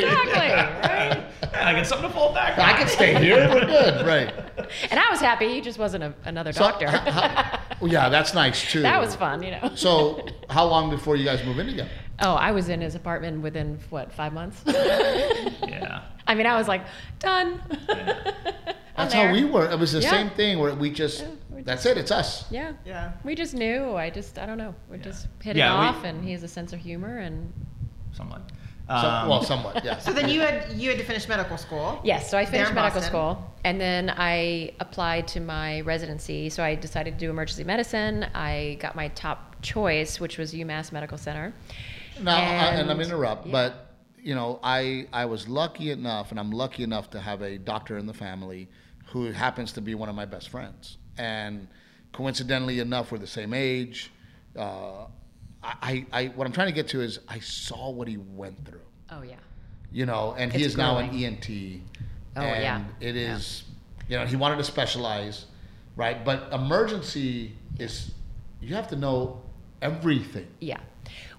Speaker 10: I got something to fall back.
Speaker 1: I can stay here. We're good, right?
Speaker 10: <laughs>
Speaker 5: And I was happy. He just wasn't a, another
Speaker 1: So,
Speaker 5: doctor. <laughs>
Speaker 1: Well, yeah, that's nice too.
Speaker 5: that was fun, you know.
Speaker 1: So, how long before you guys move in together?
Speaker 5: <laughs> Oh, I was in his apartment within what five months.
Speaker 10: yeah.
Speaker 5: <laughs> I mean, I was like
Speaker 1: <laughs>
Speaker 5: done. I'm
Speaker 1: That's
Speaker 5: there.
Speaker 1: how we were. It was the
Speaker 5: Yeah.
Speaker 1: same thing where we just. that's it. It's us.
Speaker 5: Yeah. Yeah. We just knew. I just I don't know. We just hit
Speaker 1: Yeah,
Speaker 5: it
Speaker 1: we-
Speaker 5: off, and he has a sense of humor, and
Speaker 10: Somewhat.
Speaker 1: Some-
Speaker 10: Um,
Speaker 1: well, somewhat. Yeah.
Speaker 2: So then you had you had to finish medical school.
Speaker 5: Yes, so I
Speaker 2: There
Speaker 5: finished
Speaker 2: in
Speaker 5: medical
Speaker 2: Boston.
Speaker 5: school and then I applied to my residency. So I decided to do emergency medicine. I got my top choice, which was UMass Medical Center.
Speaker 1: Now, and, I, and let me
Speaker 5: And-
Speaker 1: interrupt, but you know, I I was lucky enough, and I'm lucky enough to have a doctor in the family who happens to be one of my best friends, and coincidentally enough, we're the same age. Uh, I, I, I what I'm trying to get to is I saw what he went through,
Speaker 5: Oh, yeah.
Speaker 1: you know, and he
Speaker 5: It's
Speaker 1: is now an
Speaker 5: growing.
Speaker 1: ENT.
Speaker 5: Oh,
Speaker 1: and
Speaker 5: yeah.
Speaker 1: It is, you know, he wanted to specialize, right? But emergency is you have to know everything.
Speaker 5: Yeah.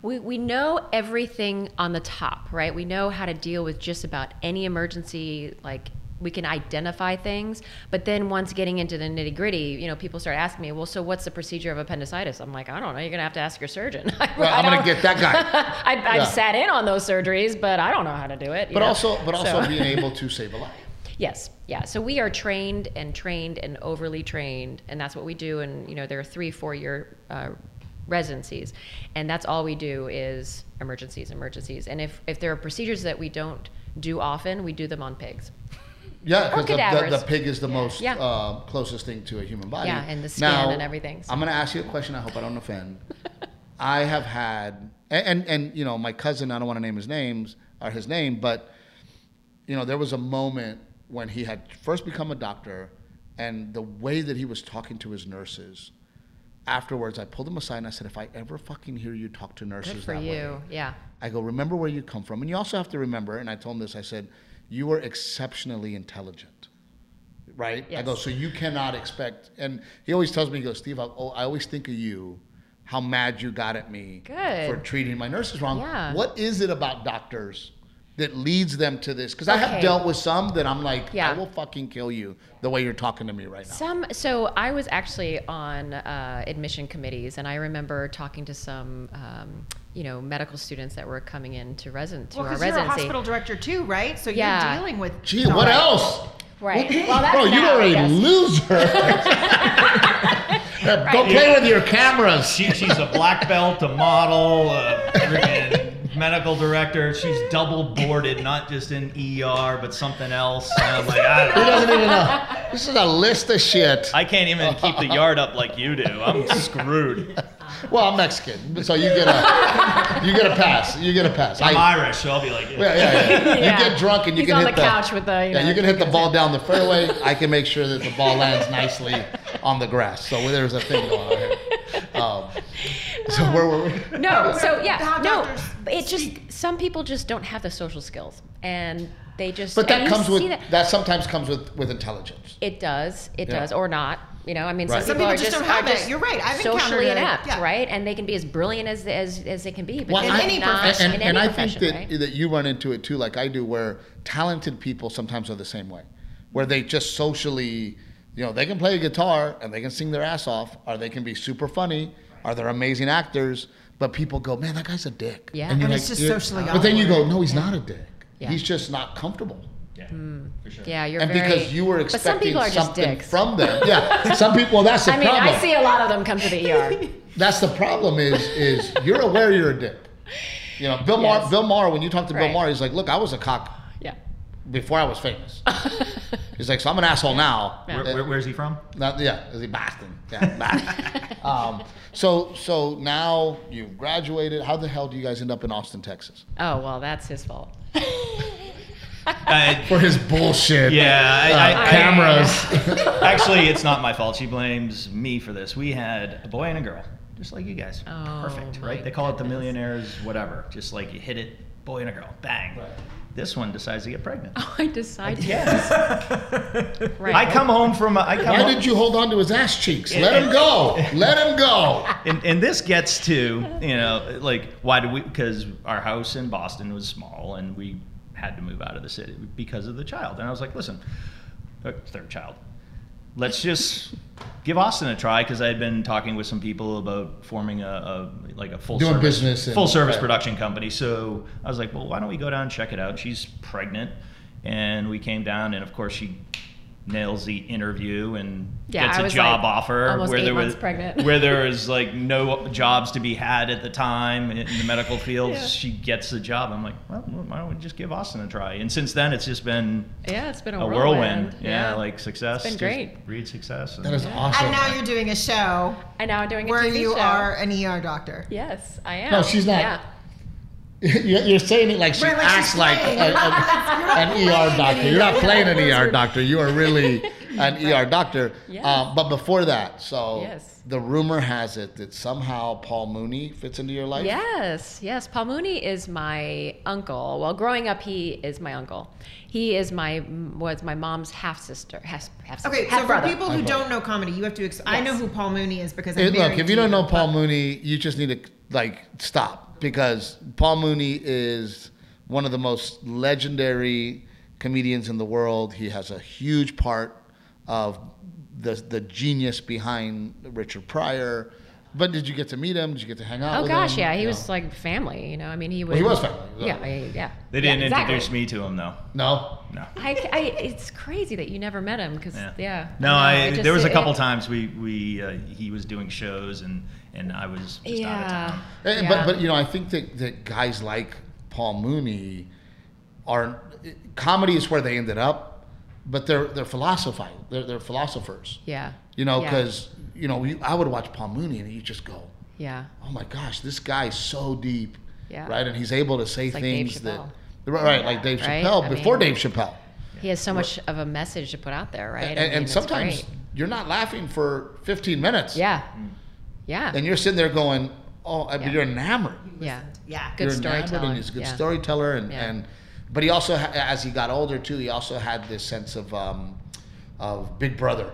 Speaker 5: We, we know everything on the top, right? We know how to deal with just about any emergency. Like, we can identify things. But then once getting into the nitty gritty, you know, people start asking me, well, so what's the procedure of appendicitis? I'm like, I don't know. You're going to have to ask your surgeon. <laughs> I,
Speaker 1: Well, I'm gonna
Speaker 5: don't-
Speaker 1: get that guy.
Speaker 5: <laughs> I, I've
Speaker 1: Yeah.
Speaker 5: sat in on those surgeries, but I don't know how to do it. you
Speaker 1: But
Speaker 5: know?
Speaker 1: also, but also
Speaker 5: So-
Speaker 1: being able to save a life.
Speaker 5: Yes, yeah. So we are trained and trained and overly trained, and that's what we do. And you know, there are three, four-year uh, residencies, and that's all we do is emergencies, emergencies. And if if there are procedures that we don't do often, we do them on pigs.
Speaker 1: Yeah,
Speaker 5: Or
Speaker 1: because the, the,
Speaker 5: cadavers.
Speaker 1: the pig is the most
Speaker 5: Yeah.
Speaker 1: uh, closest thing to a human body.
Speaker 5: Yeah, and the skin and everything, so-
Speaker 1: I'm going to ask you a question. I hope I don't offend. <laughs> I have had, and, and and you know, my cousin. I don't want to name his names or his name, but you know, there was a moment when he had first become a doctor, and the way that he was talking to his nurses. Afterwards, I pulled him aside and I said, "If I ever fucking hear you talk to nurses
Speaker 5: Good for
Speaker 1: that
Speaker 5: you.
Speaker 1: way,
Speaker 5: Yeah.
Speaker 1: I go, remember where you come from. And you also have to remember, and I told him this, I said, you are exceptionally intelligent. Right? I go,
Speaker 12: Yes.
Speaker 1: so you cannot expect. And he always tells me, he goes, Steve, I, oh, I always think of you, how mad you got at me
Speaker 12: Good.
Speaker 1: for treating my nurses wrong.
Speaker 12: Yeah.
Speaker 1: What is it about doctors that leads them to this? Because I have
Speaker 5: Okay.
Speaker 1: dealt with some that I'm like,
Speaker 5: Yeah.
Speaker 1: I will fucking kill you the way you're talking to me right now.
Speaker 5: Some so I was actually on uh, admission committees, and I remember talking to some um, you know medical students that were coming in to resident to
Speaker 2: Well,
Speaker 5: our
Speaker 2: because you're a
Speaker 5: residency.
Speaker 2: hospital director too, right? So
Speaker 5: Yeah.
Speaker 2: you're dealing with.
Speaker 1: Gee, what else?
Speaker 5: Right.
Speaker 1: Bro, you
Speaker 2: now,
Speaker 1: are a
Speaker 2: yes.
Speaker 1: loser. <laughs> Go play with your cameras.
Speaker 10: She, she's a black belt, a model, a freaking medical director. She's double boarded, not just in ER, but something else. And I'm like, I don't
Speaker 1: He doesn't even know. This is a list of shit.
Speaker 10: I can't even keep the yard up like you do. I'm screwed.
Speaker 1: Well, I'm Mexican, so you get a you get a pass. You get a pass.
Speaker 10: I'm
Speaker 1: I-
Speaker 10: Irish, so I'll be like,
Speaker 1: Yeah, yeah, yeah.
Speaker 5: Yeah.
Speaker 1: You get drunk and you
Speaker 5: He's
Speaker 1: can
Speaker 5: on
Speaker 1: hit
Speaker 5: the couch with the, you
Speaker 1: yeah,
Speaker 5: know,
Speaker 1: you can hit the ball down the fairway. I can make sure that the ball lands nicely on the grass. So there's a thing going on here. Um,
Speaker 5: <laughs>
Speaker 1: so where were we?
Speaker 5: No, so yeah,
Speaker 2: How
Speaker 5: no. It just some people just don't have the social skills, and they just.
Speaker 1: But that
Speaker 5: and you
Speaker 1: comes
Speaker 5: see
Speaker 1: with
Speaker 5: that.
Speaker 1: that. sometimes comes with with intelligence.
Speaker 5: It does. It
Speaker 1: Yeah.
Speaker 5: does, or not. You know, I mean,
Speaker 1: Right.
Speaker 5: some
Speaker 1: Some
Speaker 5: people,
Speaker 2: people
Speaker 5: are
Speaker 2: just
Speaker 5: just,
Speaker 2: don't have
Speaker 5: are
Speaker 2: it.
Speaker 5: just
Speaker 2: You're right. I've
Speaker 5: socially
Speaker 2: encountered it.
Speaker 5: inept,
Speaker 2: Yeah.
Speaker 5: right? And they can be as brilliant as as, as they can be, but
Speaker 1: Well,
Speaker 5: they're
Speaker 1: I-
Speaker 2: any
Speaker 5: not
Speaker 2: profession.
Speaker 1: and,
Speaker 5: in
Speaker 1: and,
Speaker 5: any
Speaker 1: and I think
Speaker 5: profession,
Speaker 1: that,
Speaker 5: right?
Speaker 1: that you run into it too, like I do, where talented people sometimes are the same way, where they just socially, you know, they can play a guitar and they can sing their ass off, or they can be super funny, or they're amazing actors, but people go, man, that guy's a dick.
Speaker 5: Yeah.
Speaker 1: you're
Speaker 2: And it's just
Speaker 1: you're-
Speaker 2: socially
Speaker 1: But then you go,
Speaker 2: awkward.
Speaker 1: no, he's not a dick.
Speaker 5: Yeah.
Speaker 1: He's just not comfortable.
Speaker 10: Yeah, for sure.
Speaker 5: yeah, you're
Speaker 1: and
Speaker 5: very,
Speaker 1: because you were
Speaker 5: but some
Speaker 1: expecting
Speaker 5: people are just
Speaker 1: something
Speaker 5: dicks.
Speaker 1: from
Speaker 5: <laughs>
Speaker 1: them, yeah. Some people. Well, that's the
Speaker 5: I mean,
Speaker 1: problem.
Speaker 5: I see a lot of them come to
Speaker 2: <laughs>
Speaker 5: the ER.
Speaker 1: That's the problem. Is is you're aware you're a dick. You know, Bill Maher.
Speaker 5: Yes.
Speaker 1: Bill Maher. When you talk to
Speaker 5: Right.
Speaker 1: Bill Maher, he's like, "Look, I was a cock
Speaker 5: yeah. <laughs>
Speaker 1: before I was famous." he's like, "So I'm an asshole now."
Speaker 10: Where,
Speaker 1: Uh,
Speaker 10: where, where's he from?
Speaker 1: not- yeah, is he Boston?
Speaker 2: <laughs>
Speaker 1: Yeah, Boston. um, so so now you've graduated. How the hell do you guys end up in Austin, Texas?
Speaker 5: Oh well, that's
Speaker 2: <laughs>
Speaker 5: his fault. <laughs>
Speaker 10: I- Uh,
Speaker 1: For his bullshit.
Speaker 10: yeah, I,
Speaker 1: Uh,
Speaker 10: I- I-
Speaker 1: cameras.
Speaker 10: Actually, it's not my fault. She blames me for this. We had a boy and a girl, just like you guys.
Speaker 5: Oh,
Speaker 10: Perfect,
Speaker 5: my
Speaker 10: right? They call it the
Speaker 5: goodness.
Speaker 10: millionaires, whatever. Just like you hit it, boy and a girl, bang. This one decides to get pregnant.
Speaker 5: <laughs> I decided.
Speaker 10: Yes.
Speaker 5: Right.
Speaker 10: I come home from. I
Speaker 1: <laughs>
Speaker 10: come
Speaker 1: Why
Speaker 10: home,
Speaker 1: did you hold on to his ass cheeks? Let him go. Let him go.
Speaker 10: and, and this gets to you know like why do we because our house in boston was small and we had to move out of the city because of the child and i was like listen uh, third child let's just give austin a try because i had been talking with some people about forming a, a like a full
Speaker 1: Doing
Speaker 10: service,
Speaker 1: business and-
Speaker 10: full service
Speaker 1: right.
Speaker 10: production company so i was like well why don't we go down and check it out she's pregnant and we came down and of course she nails the interview and
Speaker 5: Yeah,
Speaker 10: gets
Speaker 5: I
Speaker 10: a
Speaker 5: was,
Speaker 10: job
Speaker 5: like,
Speaker 10: offer
Speaker 5: almost
Speaker 10: where
Speaker 5: eight
Speaker 10: there
Speaker 5: months
Speaker 10: was
Speaker 5: pregnant.
Speaker 10: <laughs> where there
Speaker 5: <laughs>
Speaker 10: is like no jobs to be had at the time in the medical field. She gets the job. I'm like, well, why don't we just give Austin a try? And since then, it's just been
Speaker 5: Yeah, it's been a,
Speaker 10: a whirlwind. Yeah, like success.
Speaker 5: It's been
Speaker 10: just
Speaker 5: great.
Speaker 10: Read success. and-
Speaker 1: That is awesome.
Speaker 2: And now you're doing a show
Speaker 5: and now I'm doing a
Speaker 2: where
Speaker 5: TV
Speaker 2: you
Speaker 5: show.
Speaker 2: are an ER doctor.
Speaker 5: Yes, I am.
Speaker 1: No, she's not.
Speaker 5: Yeah.
Speaker 1: <laughs> You're you're saying it like she
Speaker 2: Right, like she's
Speaker 1: acts like
Speaker 2: playing. <laughs>
Speaker 1: a, a- an ER doctor. You're
Speaker 5: E
Speaker 1: not playing an ER doctor. You are really
Speaker 5: <laughs>
Speaker 1: an ER doctor.
Speaker 5: Yes.
Speaker 1: Um, but before that, so
Speaker 5: Yes.
Speaker 1: the rumor has it that somehow Paul Mooney fits into your life.
Speaker 5: Yes, yes. Paul Mooney is my uncle. Well, growing up, he is my uncle. He is my was my mom's half sister, half half
Speaker 2: Okay,
Speaker 5: half
Speaker 2: so for
Speaker 5: brother.
Speaker 2: people who don't know comedy, you have to. Ex- I know who Paul Mooney is because
Speaker 1: Hey,
Speaker 2: I'm
Speaker 1: look,
Speaker 2: married
Speaker 1: if
Speaker 2: to
Speaker 1: you don't know Paul Mooney, you just need to like stop because Paul Mooney is one of the most legendary comedians in the world. He has a huge part of the the genius behind Richard Pryor. But did you get to meet him? Did you get to hang out?
Speaker 5: Oh
Speaker 1: with
Speaker 5: gosh,
Speaker 1: him?
Speaker 5: yeah. He
Speaker 1: No.
Speaker 5: was like family. You know, I mean, he was.
Speaker 1: he was family,
Speaker 5: Yeah,
Speaker 1: exactly.
Speaker 5: I- yeah.
Speaker 10: They didn't
Speaker 5: yeah, exactly.
Speaker 10: introduce me to him though.
Speaker 1: no.
Speaker 10: No.
Speaker 5: I, I, it's crazy that you never met him because yeah.
Speaker 10: No,
Speaker 5: know,
Speaker 10: I,
Speaker 5: it just-
Speaker 10: there was a
Speaker 5: it-
Speaker 10: couple times we we uh, he was doing shows and and I was just out of
Speaker 5: Yeah.
Speaker 10: town.
Speaker 1: Eh,
Speaker 5: Yeah.
Speaker 1: But but you know, I think that that guys like Paul Mooney are comedy is where they ended up, but they're they're philosophizing. They're they're philosophers.
Speaker 5: Yeah.
Speaker 1: You know,
Speaker 5: Yeah.
Speaker 1: because you know, you, I would watch Paul Mooney, and you just go,
Speaker 5: Yeah.
Speaker 1: "Oh my gosh, this guy's so deep."
Speaker 5: Yeah.
Speaker 1: Right, and he's able to say
Speaker 5: like Dave
Speaker 1: things that
Speaker 5: Chappelle.
Speaker 1: right, right, like Dave
Speaker 5: Right?
Speaker 1: Chappelle
Speaker 5: I
Speaker 1: before
Speaker 5: mean-
Speaker 1: Dave Chappelle,
Speaker 5: He has so much of a message to put out there, right? I
Speaker 1: and,
Speaker 5: mean,
Speaker 1: and
Speaker 5: it's
Speaker 1: sometimes
Speaker 5: great.
Speaker 1: you're not laughing for 15 minutes.
Speaker 5: Yeah. Yeah.
Speaker 1: Mm. and you're sitting there going, "Oh, I mean,
Speaker 5: Yeah.
Speaker 1: you're enamored."
Speaker 5: yeah.
Speaker 2: Yeah.
Speaker 5: Good
Speaker 1: you're enamored,
Speaker 5: storyteller.
Speaker 1: And he's a good
Speaker 5: yeah.
Speaker 1: storyteller, and,
Speaker 5: Yeah.
Speaker 1: and but he also, ha- as he got older too, he also had this sense of um, of big brother,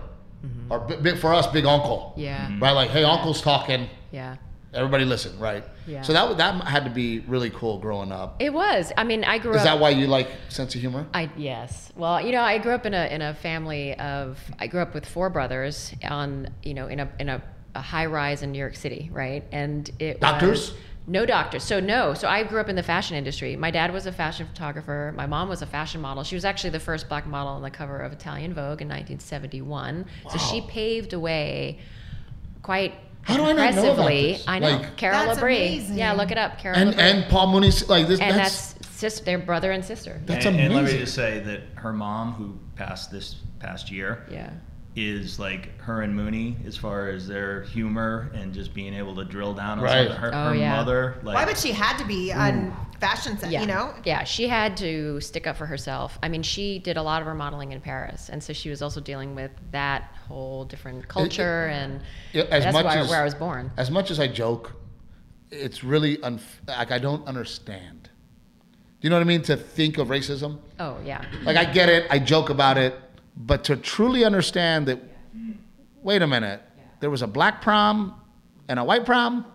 Speaker 1: or b- big, for us, big uncle.
Speaker 5: Mm-hmm. Yeah. Mhm.
Speaker 1: Right, like, hey, uncle's talking.
Speaker 5: Yeah.
Speaker 1: Everybody listen, right?
Speaker 5: Yeah.
Speaker 1: So that w- that had to be really cool growing up.
Speaker 5: It was. I mean, I grew
Speaker 1: Is
Speaker 5: up.
Speaker 1: that why you like sense of humor?
Speaker 5: I yes. Well, you know, I grew up in a in a family of I grew up with four brothers on you know in a in a, a high rise in New York City, right? And it
Speaker 1: Doctors?
Speaker 5: was- no doctors. So no. So I grew up in the fashion industry. My dad was a fashion photographer. My mom was a fashion model. She was actually the first black model on the cover of Italian Vogue in 1971. So she paved a way quite
Speaker 1: How do I not know about
Speaker 5: impressively.
Speaker 1: this?
Speaker 5: I know.
Speaker 1: Like-
Speaker 5: Carol
Speaker 2: That's
Speaker 5: Labrie.
Speaker 2: amazing.
Speaker 5: Yeah, look it up. Carol
Speaker 1: and
Speaker 5: Labrie.
Speaker 1: and Paul Mooney's like this.
Speaker 5: and
Speaker 1: that's,
Speaker 5: that's, sis, their brother and sister.
Speaker 1: That's
Speaker 10: and, and let me
Speaker 1: amazing.
Speaker 10: just say that her mom, who passed this past year,
Speaker 5: Yeah.
Speaker 10: is like her and Mooney as far as their humor and just being able to drill down on
Speaker 1: Right.
Speaker 10: something. Her,
Speaker 5: Oh,
Speaker 10: her
Speaker 5: yeah.
Speaker 10: mother, like,
Speaker 2: Why would she had to be
Speaker 1: Mm.
Speaker 2: on fashion set?
Speaker 5: Yeah.
Speaker 2: You know,
Speaker 5: Yeah, she had to stick up for herself. I mean, she did a lot of her modeling in Paris, and so she was also dealing with that whole different culture and
Speaker 1: Yeah, as
Speaker 5: that's
Speaker 1: much
Speaker 5: why,
Speaker 1: as-
Speaker 5: where I was born.
Speaker 1: as much as I joke, it's really unf- like I don't understand. Do you know what I mean? To think of racism. <laughs>
Speaker 5: Oh yeah,
Speaker 1: Like I get it, I joke about it, but to truly understand that wait a minute, there was a black prom and a white prom.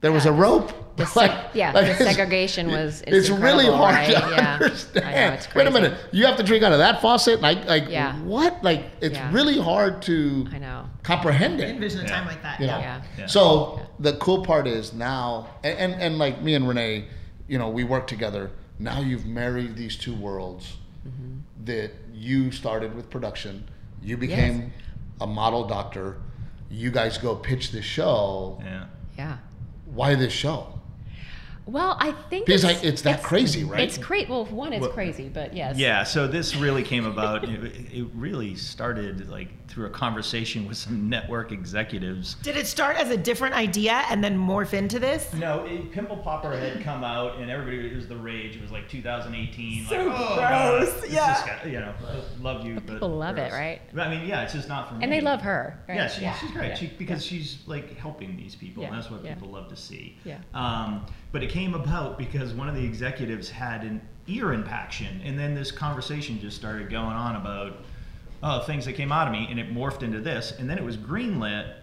Speaker 1: There was a rope. <laughs>
Speaker 5: The seg- yeah, the
Speaker 1: it's-
Speaker 5: segregation was- it's
Speaker 1: It's, really
Speaker 5: incredible,
Speaker 1: hard
Speaker 5: right?
Speaker 1: to
Speaker 5: Yeah.
Speaker 1: understand.
Speaker 5: I know, it's
Speaker 1: Wait a
Speaker 5: crazy.
Speaker 1: minute, you have to drink out of that faucet. Like, like
Speaker 5: Yeah.
Speaker 1: what? Like, it's
Speaker 5: Yeah.
Speaker 1: really hard to
Speaker 5: I know.
Speaker 1: comprehend it.
Speaker 2: Envision a time like that.
Speaker 1: you know?
Speaker 5: Yeah. Yeah.
Speaker 1: So the cool part is now, and, and and like me and Renee, you know, we work together. Now you've married these two worlds
Speaker 5: Mm-hmm.
Speaker 1: that you started with production. You became a model doctor. You guys go pitch this show.
Speaker 10: Yeah.
Speaker 5: Yeah.
Speaker 1: Why this show?
Speaker 5: Well, I think
Speaker 1: Because like it's that crazy, right?
Speaker 5: It's great. Well, one is
Speaker 10: Well-
Speaker 5: crazy, but yes.
Speaker 10: Yeah, so this <laughs> really came about. It, it really started like through a conversation with some network executives.
Speaker 2: Did it start as a different idea and then morph into this?
Speaker 10: No, it, Pimple Popper had come out, and everybody it was the rage. It was like 2018.
Speaker 2: So
Speaker 10: like, oh, God,
Speaker 2: gross,
Speaker 10: this
Speaker 2: yeah.
Speaker 10: is guy- you know, love you, but,
Speaker 5: people love it,
Speaker 10: gross.
Speaker 5: right?
Speaker 10: But, I mean, yeah, it's just not for me.
Speaker 5: And they love her, right?
Speaker 10: Yeah, she,
Speaker 5: Yeah.
Speaker 10: she's great.
Speaker 5: Yeah.
Speaker 10: She, because she's like helping these people.
Speaker 5: Yeah.
Speaker 10: and That's what
Speaker 5: Yeah.
Speaker 10: people love to see.
Speaker 5: Yeah.
Speaker 10: Um, but it came about because one of the executives had an ear impaction, and then this conversation just started going on about oh, things that came out of me, and it morphed into this, and then it was greenlit,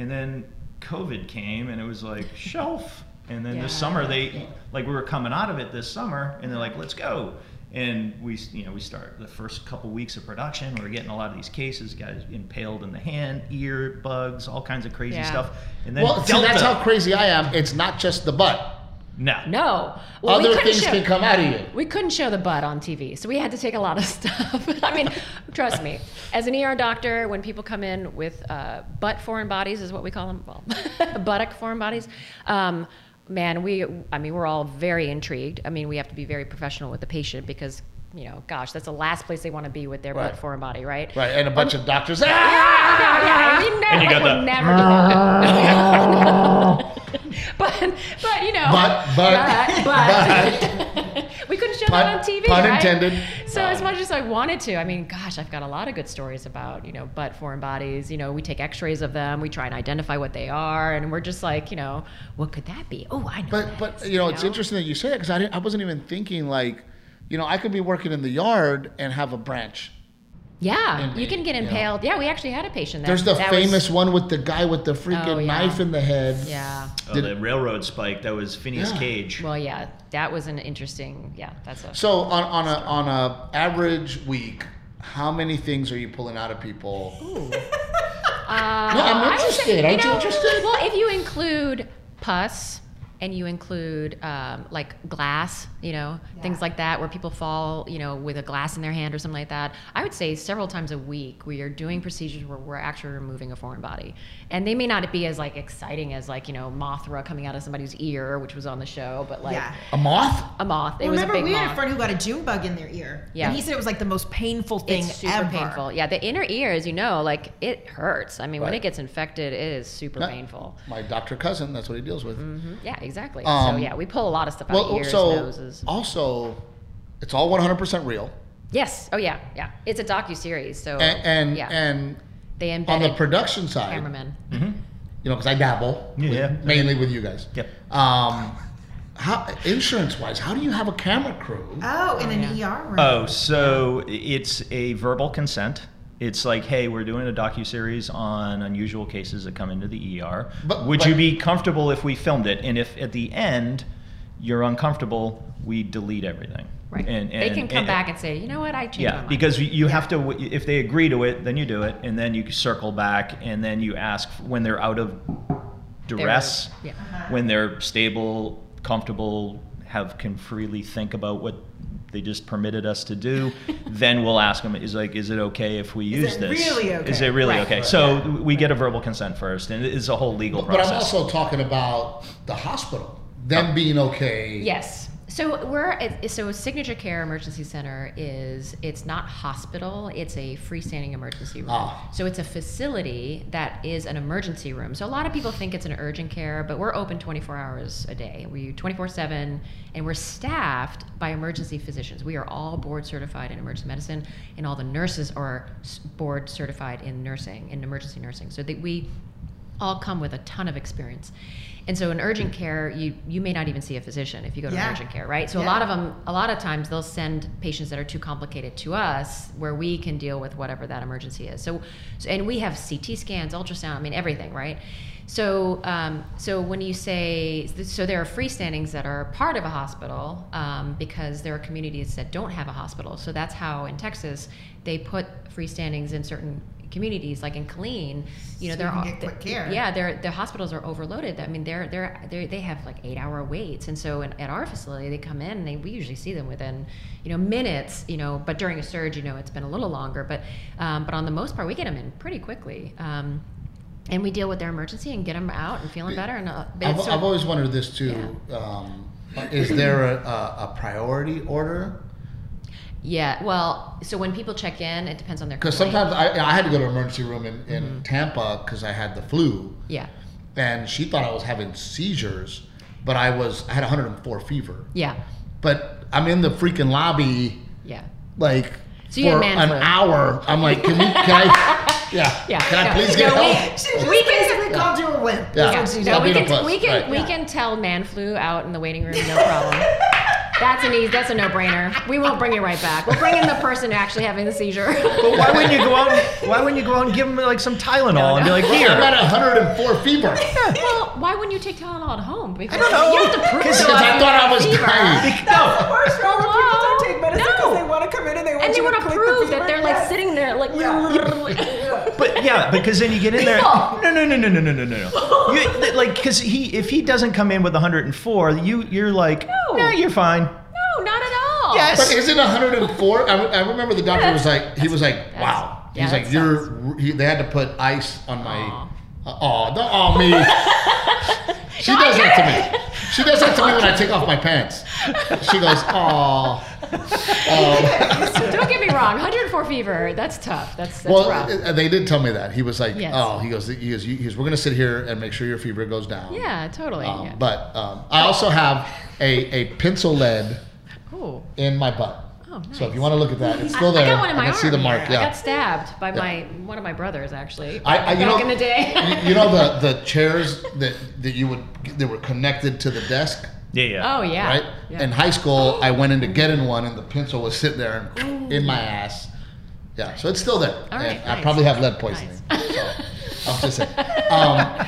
Speaker 10: and then COVID came, and it was like shelf. And then this
Speaker 5: Yeah.
Speaker 10: summer they like we were coming out of it this summer, and they're like, let's go. And we, you know, we start the first couple weeks of production. We were getting a lot of these cases, guys impaled in the hand, ear bugs, all kinds of crazy
Speaker 5: Yeah.
Speaker 10: stuff. And then
Speaker 1: Well, see,
Speaker 10: Delta.
Speaker 1: that's how crazy I am. It's not just the butt.
Speaker 10: no,
Speaker 5: No. Well, we
Speaker 1: Other
Speaker 5: couldn't
Speaker 1: things
Speaker 5: show-
Speaker 1: can come out of you.
Speaker 5: We couldn't show the butt on TV, so we had to take a lot of <laughs> stuff. I mean, trust me, as an ER doctor, when people come in with uh, butt foreign bodies, is what we call them, well, <laughs> buttock foreign bodies. Um, man, we, I mean, we're all very intrigued. I mean, we have to be very professional with the patient because, you know, gosh, that's the last place they want to be with their
Speaker 1: Right.
Speaker 5: butt foreign body, right?
Speaker 1: Right, and a bunch
Speaker 5: Um,
Speaker 1: of doctors.
Speaker 5: Yeah,
Speaker 1: Ah!
Speaker 5: yeah, yeah. We know
Speaker 10: And you got
Speaker 5: we're
Speaker 10: the-
Speaker 5: never doing
Speaker 1: <laughs>
Speaker 5: that. but but you know
Speaker 1: But- but-
Speaker 5: but, but, we couldn't show
Speaker 1: Pun-
Speaker 5: that on TV.
Speaker 1: pun
Speaker 5: right?
Speaker 1: intended.
Speaker 5: So as much as I wanted to, I mean, gosh, I've got a lot of good stories about you know butt foreign bodies. You know, we take X-rays of them, we try and identify what they are, and we're just like, you know, what could that be? Oh, I know.
Speaker 1: But
Speaker 5: that
Speaker 1: but
Speaker 5: is,
Speaker 1: you know it's interesting that you say that because I didn't, I wasn't even thinking like, you know I could be working in the yard and have a branch.
Speaker 5: Yeah, you
Speaker 1: me,
Speaker 5: can get
Speaker 1: you know.
Speaker 5: impaled. Yeah, we actually had a patient. That,
Speaker 1: There's the
Speaker 5: that was-
Speaker 1: famous one with the guy with the freaking
Speaker 5: Oh, yeah.
Speaker 1: knife in the head.
Speaker 5: yeah.
Speaker 10: Oh,
Speaker 1: Did-
Speaker 10: the railroad spike that was Phineas
Speaker 1: Yeah.
Speaker 10: Cage.
Speaker 5: Well, yeah, that was an interesting. Yeah, that's a.
Speaker 1: So on, on a on a average week, how many things are you pulling out of people?
Speaker 5: Uh,
Speaker 1: No, I'm
Speaker 5: I would
Speaker 1: interested.
Speaker 5: say, you
Speaker 1: Aren't you
Speaker 5: know,
Speaker 1: interested?
Speaker 5: Well, if you include pus and you include um, like glass, you know, things like that, where people fall, you know, with a glass in their hand or something like that, I would say several times a week we are doing procedures where we're actually removing a foreign body, and they may not be as like exciting as like you know Mothra coming out of somebody's ear, which was on the show, but like
Speaker 2: Yeah.
Speaker 1: A moth?
Speaker 5: a moth. It was a
Speaker 2: Remember,
Speaker 5: big
Speaker 2: we had
Speaker 5: moth.
Speaker 2: a friend who got a June bug in their ear.
Speaker 5: Yeah.
Speaker 2: And he said it was like the most painful thing
Speaker 5: it's super
Speaker 2: ever.
Speaker 5: painful. Yeah, the inner ear, as you know, like it hurts. I mean, when
Speaker 1: Right.
Speaker 5: it gets infected, it is super
Speaker 1: Huh?
Speaker 5: painful.
Speaker 1: My doctor cousin, that's what he deals with.
Speaker 5: Mm-hmm. Yeah, exactly. so
Speaker 1: Um,
Speaker 5: yeah, we pull a lot of stuff out
Speaker 1: Well,
Speaker 5: of ears,
Speaker 1: so
Speaker 5: noses.
Speaker 1: also, it's all 100% real,
Speaker 5: Yes. Oh yeah, yeah. It's a docu series, so
Speaker 1: and and,
Speaker 5: yeah.
Speaker 1: and
Speaker 5: they
Speaker 1: on
Speaker 5: embedded
Speaker 1: the production side,
Speaker 5: cameramen.
Speaker 1: you know, because I dabble,
Speaker 10: Yeah,
Speaker 1: with-
Speaker 10: yeah.
Speaker 1: mainly with you guys.
Speaker 10: Mm-hmm. Yep.
Speaker 1: Um, how insurance wise, how do you have a camera crew?
Speaker 5: Uh,
Speaker 2: Oh, in an ER room.
Speaker 10: Oh, so it's a verbal consent. It's like, hey, we're doing a docu series on unusual cases that come into the ER.
Speaker 1: But-
Speaker 10: Would
Speaker 1: but-
Speaker 10: you be comfortable if we filmed it? And if at the end you're uncomfortable, we delete everything.
Speaker 5: Right.
Speaker 10: And,
Speaker 5: they can
Speaker 10: and-
Speaker 5: come
Speaker 10: and-
Speaker 5: back and say, you know what, I changed my
Speaker 10: yeah,
Speaker 5: mind.
Speaker 10: because you- you have to. If they agree to it, then you do it, and then you circle back, and then you ask when they're out of duress,
Speaker 5: yeah.
Speaker 10: when they're stable, comfortable, have can freely think about what they just permitted us to do. then we'll ask them: Is like, is it okay if we use
Speaker 2: it
Speaker 10: this?
Speaker 2: really
Speaker 10: Is
Speaker 2: okay?
Speaker 10: it really
Speaker 5: Right.
Speaker 10: okay? So we get a verbal consent first, and it's a whole legal
Speaker 1: But
Speaker 10: process.
Speaker 1: I'm also talking about the hospital, them being okay.
Speaker 5: Yes. So we're it- so Signature Care Emergency Center is it's not hospital, it's a freestanding emergency room.
Speaker 1: Ah.
Speaker 5: So it's a facility that is an emergency room. So a lot of people think it's an urgent care, but we're open 24 hours a day. We 24/7 and we're staffed by emergency physicians. We are all board certified in emergency medicine and all the nurses are s- board certified in nursing in emergency nursing. So that we all come with a ton of experience. And so in urgent care, you you may not even see a physician if you go to
Speaker 2: Yeah.
Speaker 5: an urgent care, right? So a
Speaker 2: Yeah.
Speaker 5: lot of them, a lot of times they'll send patients that are too complicated to us, where we can deal with whatever that emergency is. So, so- and we have CT scans, ultrasound, I mean everything, right? So, um, so when you say, so there are freestandings that are part of a hospital um, because there are communities that don't have a hospital. So that's how in Texas they put freestandings in certain communities, like in Killeen. You know,
Speaker 11: So you
Speaker 5: there
Speaker 11: can
Speaker 5: are
Speaker 11: get quick care.
Speaker 5: Yeah, their their hospitals are overloaded. I mean, they're they're, they're they have like eight hour waits, and so in, at our facility, they come in and they, we usually see them within you know minutes. You know, but during a surge, you know, it's been a little longer. But um, but on the most part, we get them in pretty quickly. Um, and we deal with their emergency and get them out and feeling better. And uh, but
Speaker 1: I've,
Speaker 5: it's so-
Speaker 1: I've always wondered this too. Um, is there a, a, a priority order?
Speaker 5: yeah. Well, so when people check in, it depends on their
Speaker 1: Because
Speaker 5: complaint.
Speaker 1: sometimes I, I had to go to an emergency room in, in
Speaker 5: Mm-hmm.
Speaker 1: Tampa because I had the flu,
Speaker 5: yeah
Speaker 1: and she thought I was having seizures, but I was I had 104 fever.
Speaker 5: yeah
Speaker 1: But I'm in the freaking lobby,
Speaker 5: yeah
Speaker 1: like
Speaker 5: So you had
Speaker 1: for
Speaker 5: man
Speaker 1: an
Speaker 5: flu.
Speaker 1: hour. I'm like, can we? Can
Speaker 5: <laughs>
Speaker 1: I? Yeah.
Speaker 5: yeah.
Speaker 1: Can I
Speaker 5: yeah.
Speaker 1: please get
Speaker 5: No, we-
Speaker 1: help?
Speaker 2: <laughs> She just basically called you a wimp.
Speaker 1: Yeah.
Speaker 5: Yeah.
Speaker 1: That's what she
Speaker 5: No,
Speaker 1: did.
Speaker 5: we
Speaker 1: Being a
Speaker 5: can,
Speaker 1: puss,
Speaker 5: we can
Speaker 1: right.
Speaker 5: we
Speaker 1: Yeah.
Speaker 5: can tell man flu out in the waiting room, no problem. That's an easy. That's a no-brainer. We won't bring you right back. We'll bring in the person actually having the seizure.
Speaker 10: But why wouldn't you go out? and- <laughs> Why wouldn't you go out and give them like some Tylenol and be like, <laughs>
Speaker 1: Well, I'm
Speaker 10: here?
Speaker 1: at 104
Speaker 5: <laughs>
Speaker 1: fever.
Speaker 5: <laughs> well, why wouldn't you take Tylenol at home? Because
Speaker 10: don't know.
Speaker 5: You have to prove
Speaker 10: 'Cause-
Speaker 5: to
Speaker 10: 'cause
Speaker 5: us
Speaker 10: I
Speaker 5: you
Speaker 1: thought
Speaker 5: have
Speaker 1: I was
Speaker 5: fever.
Speaker 1: dying.
Speaker 2: That's the worst, Robert. People
Speaker 5: Hello?
Speaker 2: don't take medicine because
Speaker 5: No.
Speaker 2: they want to come in and they want
Speaker 5: And they
Speaker 2: you
Speaker 5: want
Speaker 2: to
Speaker 5: to
Speaker 2: click
Speaker 5: prove
Speaker 2: the
Speaker 5: that they're like sitting there, like.
Speaker 10: But yeah, because then you get in there. No, no, no, no, no, no, no, no. You, th- like, because he if he doesn't come in with 104, you you're like,
Speaker 5: No.
Speaker 10: yeah, you're fine.
Speaker 5: <laughs> No, not at all.
Speaker 1: But isn't 104? I, I remember the doctor was like, he was like, wow.
Speaker 5: yeah,
Speaker 1: He's
Speaker 5: that
Speaker 1: like, you're. He, they had to put ice on my. Oh, don't aw me.
Speaker 5: <laughs>
Speaker 1: she does that to me. She does that to me when I take off my pants. She goes, oh.
Speaker 5: <laughs> Don't get me wrong. 104 fever. That's tough. That's, that's
Speaker 1: Well,
Speaker 5: rough.
Speaker 1: uh, they did tell me that. He was like,
Speaker 5: Yes.
Speaker 1: oh, he goes, he goes, you- he goes, we're gonna sit here and make sure your fever goes down.
Speaker 5: yeah, totally.
Speaker 1: Um,
Speaker 5: yeah.
Speaker 1: But um, I also have a a pencil lead
Speaker 5: Cool.
Speaker 1: in my butt.
Speaker 5: Oh, nice.
Speaker 1: So if you want to look at that, it's
Speaker 5: I-
Speaker 1: still there.
Speaker 5: I got one in my
Speaker 1: can
Speaker 5: arm.
Speaker 1: see the mark.
Speaker 5: here. I
Speaker 1: Yeah.
Speaker 5: got stabbed by my one of my brothers actually.
Speaker 1: I, I, you
Speaker 5: back
Speaker 1: know,
Speaker 5: in the day.
Speaker 1: you, you know the, the chairs that, that you would that were connected to the desk,
Speaker 10: Yeah,
Speaker 5: <laughs>
Speaker 10: yeah.
Speaker 5: oh yeah.
Speaker 1: right?
Speaker 5: Yeah.
Speaker 1: In high school, I went in to get in one, and the pencil was sitting there and in my ass. Yeah, so it's still there.
Speaker 5: All right,
Speaker 1: and I
Speaker 5: nice.
Speaker 1: probably have lead poisoning. So I'm just
Speaker 5: <laughs>
Speaker 1: saying. Um,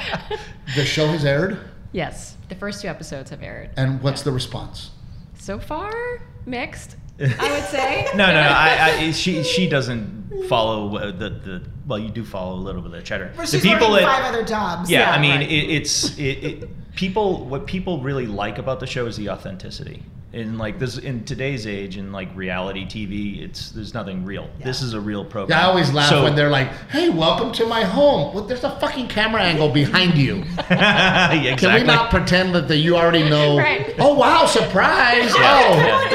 Speaker 1: the show has aired,
Speaker 5: yes, the first two episodes have aired.
Speaker 1: and what's the response?
Speaker 5: So far,
Speaker 10: <laughs>
Speaker 5: mixed. I would say.
Speaker 10: No, no, no. I, I, she she doesn't follow uh, the the. Well, you do follow a little bit of the cheddar.
Speaker 2: But
Speaker 10: the
Speaker 2: she's working
Speaker 10: at-
Speaker 2: five other jobs.
Speaker 10: yeah, I mean,
Speaker 5: right.
Speaker 10: it, it's it, it, people. What people really like about the show is the authenticity. In like this, in today's age, in like reality TV, it's there's nothing real. This is a real program.
Speaker 1: Yeah, I always laugh
Speaker 10: So-
Speaker 1: when
Speaker 10: <laughs>
Speaker 1: they're <laughs> like, "Hey, welcome to my home." Well, there's a fucking camera angle behind you.
Speaker 10: Yeah, exactly.
Speaker 1: Can we not pretend that the, you
Speaker 5: <laughs>
Speaker 1: already know?
Speaker 5: Right.
Speaker 1: Oh wow,
Speaker 5: <laughs>
Speaker 1: surprise!
Speaker 10: Yeah,
Speaker 1: oh,
Speaker 10: yeah.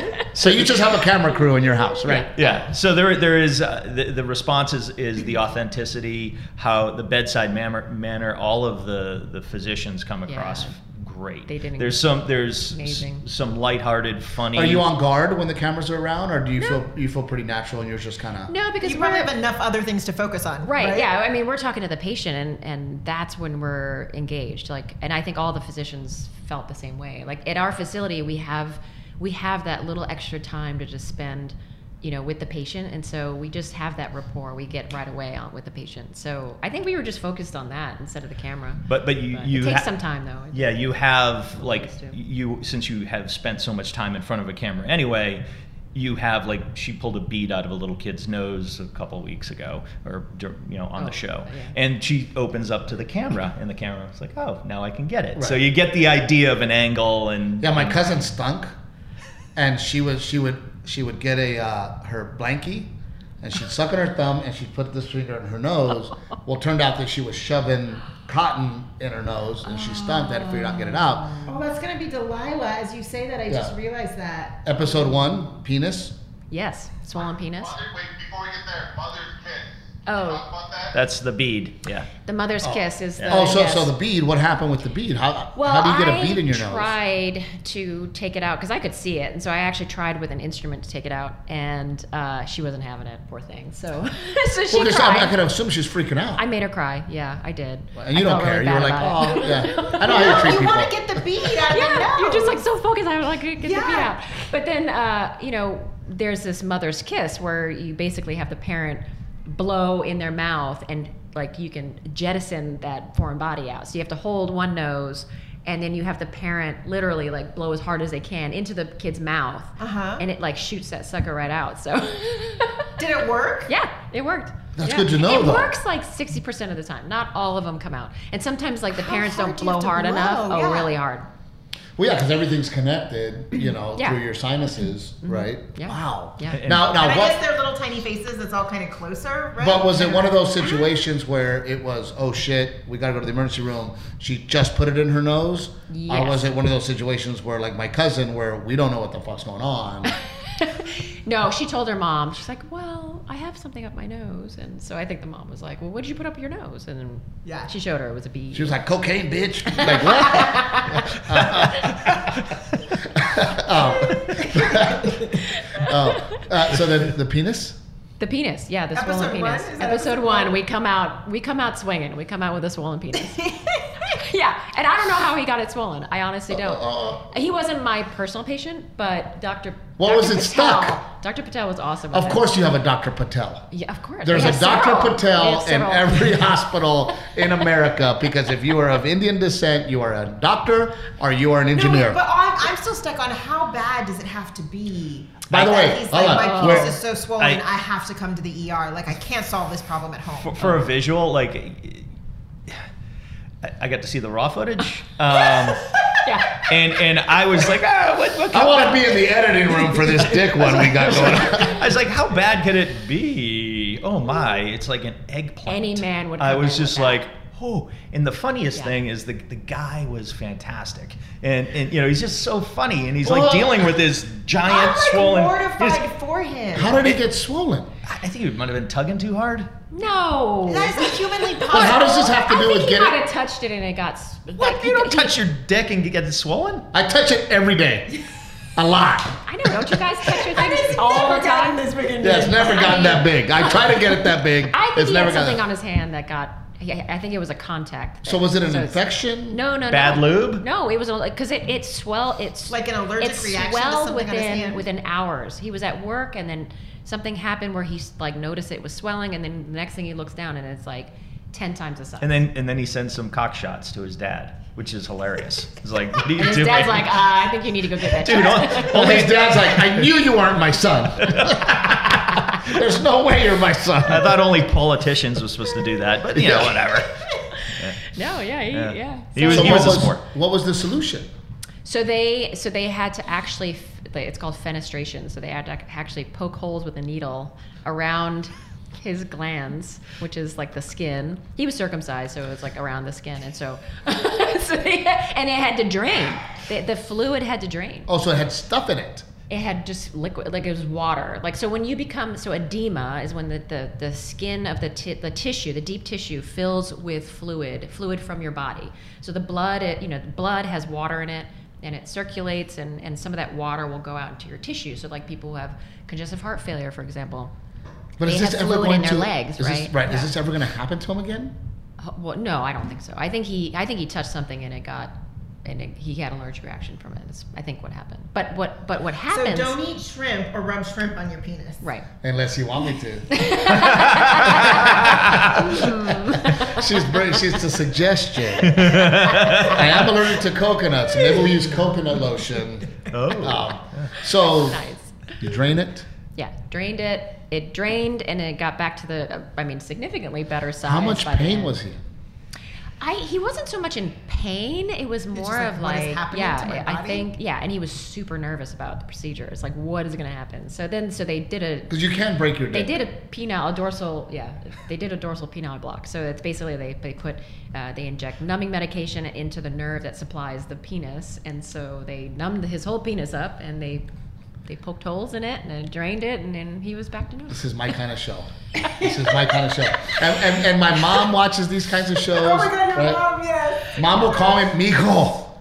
Speaker 1: yeah. so you just have a camera crew in your house, right?
Speaker 10: Yeah. So there, there is uh, the, the response is, is the authenticity, how the bedside manner, manner all of the, the physicians come across
Speaker 5: Yeah.
Speaker 10: great.
Speaker 5: They did an-
Speaker 10: There's some there's
Speaker 5: Amazing.
Speaker 10: s- some lighthearted, funny.
Speaker 1: Are you on guard when the cameras are around, or do you feel you feel pretty natural and you're just kind of?
Speaker 5: No, because
Speaker 2: You
Speaker 5: we're
Speaker 2: probably have enough other things to focus on.
Speaker 5: Right, Yeah. I mean, we're talking to the patient, and and that's when we're engaged. Like, and I think all the physicians felt the same way. Like at our facility, we have we have that little extra time to just spend, you know, with the patient, and so we just have that rapport we get right away on with the patient. So I think we were just focused on that instead of the camera.
Speaker 10: But but you you
Speaker 5: it takes
Speaker 10: ha-
Speaker 5: some time though.
Speaker 10: Yeah, you have like
Speaker 5: Used to.
Speaker 10: you since you have spent so much time in front of a camera anyway. You have like she pulled a bead out of a little kid's nose a couple weeks ago, or dur- you know on
Speaker 5: Oh,
Speaker 10: the show,
Speaker 5: yeah.
Speaker 10: and she opens up to the camera, and the camera was like, "Oh, now I can get it." So
Speaker 1: Right.
Speaker 10: you get the idea of an angle, and
Speaker 1: Yeah, my cousin stunk, and she was she would she would get a uh, her blankie, and she'd suck on her thumb and she'd put this finger in her nose. Well, turned out that she was shoving cotton in her nose and she stunk. Had to figure out how to get it out.
Speaker 2: Oh, that's gonna be Delilah. As you say that, I
Speaker 1: just Yeah.
Speaker 2: realized that.
Speaker 1: Episode one, penis.
Speaker 5: Yes, swollen penis.
Speaker 4: Mother, wait, before we get there, mother's kiss.
Speaker 5: Oh,
Speaker 10: That's the bead. Yeah.
Speaker 5: the mother's kiss is the.
Speaker 1: oh, so,
Speaker 5: Uh, yes.
Speaker 1: so the bead. What happened with the bead? How,
Speaker 5: Well,
Speaker 1: how do you get a
Speaker 5: I
Speaker 1: bead in your nose?
Speaker 5: tried to take it out because I could see it, and so I actually tried with an instrument to take it out, and uh, she wasn't having it. Poor thing. So, <laughs> so she
Speaker 1: Well, because I, I
Speaker 5: tried.
Speaker 1: could assume she's freaking out.
Speaker 5: I made her cry. Yeah, I did.
Speaker 1: And you
Speaker 5: I
Speaker 1: don't
Speaker 5: felt
Speaker 1: care.
Speaker 5: really bad
Speaker 1: You're like,
Speaker 5: about
Speaker 1: oh,
Speaker 5: it.
Speaker 1: yeah. I know how you treat people.
Speaker 2: want to get the bead out of
Speaker 5: yeah,
Speaker 2: the
Speaker 5: you're just like
Speaker 2: nose.
Speaker 5: so focused. I was like, get the beat
Speaker 2: Yeah.
Speaker 5: out. But then, uh, you know, there's this mother's kiss where you basically have the parent blow in their mouth and like you can jettison that foreign body out. So you have to hold one nose and then you have the parent literally like blow as hard as they can into the kid's mouth
Speaker 2: Uh-huh.
Speaker 5: and it like shoots that sucker right out.
Speaker 2: <laughs>
Speaker 5: So
Speaker 2: Did it work?
Speaker 5: yeah, it worked.
Speaker 1: That's
Speaker 5: Yeah.
Speaker 1: good to know,
Speaker 5: It
Speaker 1: though.
Speaker 5: works like 60% of the time. Not all of them come out. And sometimes like the
Speaker 2: How
Speaker 5: parents
Speaker 2: hard
Speaker 5: don't
Speaker 2: do you
Speaker 5: blow
Speaker 2: have to
Speaker 5: hard enough.
Speaker 2: blow?
Speaker 5: Oh,
Speaker 2: Yeah.
Speaker 5: really hard.
Speaker 1: Well, yeah, because everything's connected, you know,
Speaker 5: Yeah. Mm-hmm.
Speaker 1: through your sinuses, right?
Speaker 5: Yeah.
Speaker 1: Wow.
Speaker 5: Yeah.
Speaker 1: Now,
Speaker 2: And I
Speaker 1: now
Speaker 2: guess
Speaker 1: what?
Speaker 2: their little tiny faces, it's all kind of closer, right?
Speaker 1: But was it one of those situations where it was, oh shit, we gotta go to the emergency room? She just put it in her nose, or was
Speaker 5: Yes.
Speaker 1: it one of those situations where, like my cousin, where we don't know what the fuck's going
Speaker 5: <laughs>
Speaker 1: on?
Speaker 5: No, she told her mom. She's like, "Well, I have something up my nose," and so I think the mom was like, "Well, what did you put up your nose?" And then
Speaker 2: Yeah.
Speaker 5: she showed her it was a bee.
Speaker 1: She
Speaker 5: <laughs>
Speaker 1: was like, cocaine, bitch. Like what? <laughs> <laughs> oh. Uh, so then the penis.
Speaker 5: the penis, yeah, the swollen
Speaker 2: Episode one?
Speaker 5: penis.
Speaker 2: Is that
Speaker 5: Episode
Speaker 2: episode
Speaker 5: one,
Speaker 2: one?
Speaker 5: we come out, we come out swinging. We come out with a swollen penis.
Speaker 1: <laughs>
Speaker 5: yeah, and I don't know how he got it swollen. I honestly don't.
Speaker 1: Uh,
Speaker 5: He wasn't my personal patient, but Doctor.
Speaker 1: What was it
Speaker 5: Patel,
Speaker 1: stuck?
Speaker 5: Doctor Patel was awesome. with
Speaker 1: of
Speaker 5: it.
Speaker 1: course, you have a Dr. Patel.
Speaker 5: Yeah, of course.
Speaker 1: There's
Speaker 5: They
Speaker 1: a
Speaker 5: have
Speaker 1: Dr.
Speaker 5: several. They
Speaker 1: Patel
Speaker 5: have
Speaker 1: in
Speaker 5: several.
Speaker 1: every <laughs> hospital in America because if you are of Indian descent, you are a doctor or you are an
Speaker 2: No,
Speaker 1: engineer.
Speaker 2: but I'm, I'm still stuck on how bad does it have to be?
Speaker 1: By the
Speaker 2: that
Speaker 1: way,
Speaker 2: he's
Speaker 1: hold
Speaker 2: like,
Speaker 1: on.
Speaker 2: my
Speaker 1: Where-
Speaker 2: penis is so swollen,
Speaker 10: I-
Speaker 2: I, have to come to the ER. Like, I can't solve this problem at home.
Speaker 10: For, for a visual, like, I, I got to see the
Speaker 1: <laughs>
Speaker 10: raw footage, um,
Speaker 5: <laughs> Yeah.
Speaker 10: and and I was like, ah, what, what
Speaker 1: I want to be in the editing room for
Speaker 5: <laughs>
Speaker 1: this dick one we got going on.
Speaker 10: I was like, how bad could it be? Oh my, it's like an eggplant.
Speaker 5: Any man would
Speaker 10: I
Speaker 5: come
Speaker 10: was
Speaker 5: in with
Speaker 10: just
Speaker 5: that.
Speaker 10: like, oh. And the funniest
Speaker 5: Yeah.
Speaker 10: thing is the the guy was fantastic, and and you know he's just so funny, and he's like
Speaker 1: Well-
Speaker 10: dealing with his
Speaker 2: I'm
Speaker 10: giant
Speaker 2: like
Speaker 10: swollen.
Speaker 2: mortified
Speaker 10: his-
Speaker 2: for him.
Speaker 1: How did it get swollen?
Speaker 10: I I think he might have been tugging too hard.
Speaker 5: No.
Speaker 2: that is humanly possible.
Speaker 1: <laughs> But how does this have to
Speaker 5: I
Speaker 1: do
Speaker 5: think
Speaker 1: with
Speaker 5: he might
Speaker 1: getting?
Speaker 5: have touched it and it got. s-
Speaker 10: What?
Speaker 5: like,
Speaker 10: You don't
Speaker 5: he-
Speaker 10: touch your dick and get it swollen?
Speaker 1: I touch it every day, a lot.
Speaker 5: I know. Don't you guys touch your
Speaker 2: I
Speaker 5: things
Speaker 2: just
Speaker 5: all the
Speaker 2: never got
Speaker 5: time?
Speaker 2: this freaking
Speaker 1: Yeah, it's never gotten that big. I try to get it that big.
Speaker 5: I think
Speaker 1: it's
Speaker 5: he
Speaker 1: never
Speaker 5: had something
Speaker 1: gotten-
Speaker 5: on his hand that got. I I think it was a contact.
Speaker 1: So was it an
Speaker 5: So it's-
Speaker 1: infection?
Speaker 5: No, no, no.
Speaker 10: Bad lube?
Speaker 5: No, it was because it it swelled. It's
Speaker 2: Like an allergic
Speaker 5: it
Speaker 2: reaction to
Speaker 5: swelled
Speaker 2: something on his
Speaker 5: within
Speaker 2: hand?
Speaker 5: within hours. He was at work and then something happened where he like noticed it was swelling and then the next thing he looks down and it's like ten times the size.
Speaker 10: And then and then he sends some cock shots to his dad, which is hilarious. He's like, what are you
Speaker 5: And his
Speaker 10: doing?
Speaker 5: dad's like, uh, I think you need to go get that.
Speaker 10: <laughs> Dude,
Speaker 5: checked."
Speaker 10: on-
Speaker 1: Well,
Speaker 10: only
Speaker 1: his dad's like, I knew you weren't my son. <laughs>
Speaker 5: <laughs>
Speaker 1: There's no way you're my son.
Speaker 10: I thought only politicians were supposed to do that, but you know, whatever.
Speaker 5: <laughs> no, yeah, he, yeah.
Speaker 10: He was,
Speaker 1: So
Speaker 10: he
Speaker 1: what
Speaker 10: was a sport.
Speaker 1: What was the solution?
Speaker 5: So they so they had to actually f- they- it's called fenestration. So they had to ac- actually poke holes with a needle around his glands, which is like the skin. He was circumcised, so it was like around the skin, and so, <laughs> so they, and it had to drain. The, the fluid had to drain.
Speaker 1: Oh, so it had stuff in it.
Speaker 5: It had just liquid, like it was water. Like so, when you become so edema is when the the, the skin of the ti- the tissue, the deep tissue, fills with fluid, fluid from your body. So the blood, it, you know, the blood has water in it, and it circulates, and and some of that water will go out into your tissue. So like people who have congestive heart failure, for example.
Speaker 1: But is
Speaker 5: They
Speaker 1: this
Speaker 5: had
Speaker 1: ever
Speaker 5: fluid in
Speaker 1: going
Speaker 5: their
Speaker 1: to
Speaker 5: legs,
Speaker 1: is this-
Speaker 5: right?
Speaker 1: right. Is
Speaker 5: Yeah.
Speaker 1: this ever going to happen to him again?
Speaker 5: uh, Well, no, I don't think so. I think he I think he touched something and it got. And it, he had an allergic reaction from it. That's, I think what happened. But what? But what
Speaker 2: So
Speaker 5: happens?
Speaker 2: don't eat shrimp or rub shrimp on your penis.
Speaker 5: right.
Speaker 1: Unless you want me
Speaker 5: <laughs>
Speaker 1: to.
Speaker 5: Hmm. <laughs>
Speaker 1: she's br- she's a suggestion. <laughs> I am allergic to coconuts. Maybe we use coconut lotion.
Speaker 10: Oh.
Speaker 1: Um, so
Speaker 5: Nice.
Speaker 1: you drain it.
Speaker 5: Yeah, drained it. It drained and it got back to the, uh, I mean, significantly better size.
Speaker 1: How much
Speaker 5: by the
Speaker 1: pain
Speaker 5: end.
Speaker 1: was he?
Speaker 5: I he wasn't so much in pain. It was more
Speaker 2: like,
Speaker 5: of
Speaker 2: what
Speaker 5: like
Speaker 2: is happening
Speaker 5: yeah,
Speaker 2: to my
Speaker 5: I
Speaker 2: body?
Speaker 5: think yeah, and he was super nervous about the procedure. It's like what is going to happen? So then so they did a
Speaker 1: Because you can break your
Speaker 5: they
Speaker 1: dick.
Speaker 5: did a penile, a dorsal, yeah, they did a dorsal penile block. So it's basically they, they put, uh, they inject numbing medication into the nerve that supplies the penis. And so they numbed his whole penis up and they they poked holes in it and then drained it, and then he was back to normal.
Speaker 1: This is my kind of show. This is my kind of show. And, and, and my mom watches these kinds of shows.
Speaker 2: Oh my God, your
Speaker 1: right?
Speaker 2: mom, yes.
Speaker 1: Mom will call me, Mijo,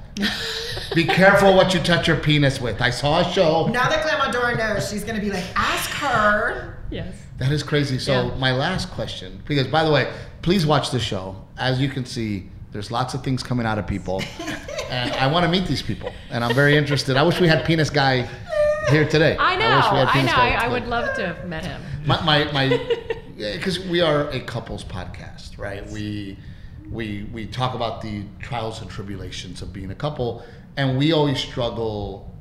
Speaker 1: be careful what you touch your penis with. I saw a show.
Speaker 2: Now that Glamadora knows, she's going to be like, ask her. <laughs>
Speaker 5: <laughs> Yes.
Speaker 1: That is crazy. So
Speaker 2: Yeah.
Speaker 1: my last question, because by the way, please watch the show. As you can see, there's lots of things coming out of
Speaker 5: <laughs>
Speaker 1: people, and I want to meet these people, and I'm very interested. I wish we had penis guy here today.
Speaker 5: I know.
Speaker 1: wish we had
Speaker 5: I,
Speaker 1: Penis
Speaker 5: know.
Speaker 1: Guy
Speaker 5: I, I
Speaker 1: today.
Speaker 5: would love to have met him.
Speaker 1: my my
Speaker 5: <laughs>
Speaker 1: because we are a couples podcast right we we we talk about the trials and tribulations of being a couple and we always struggle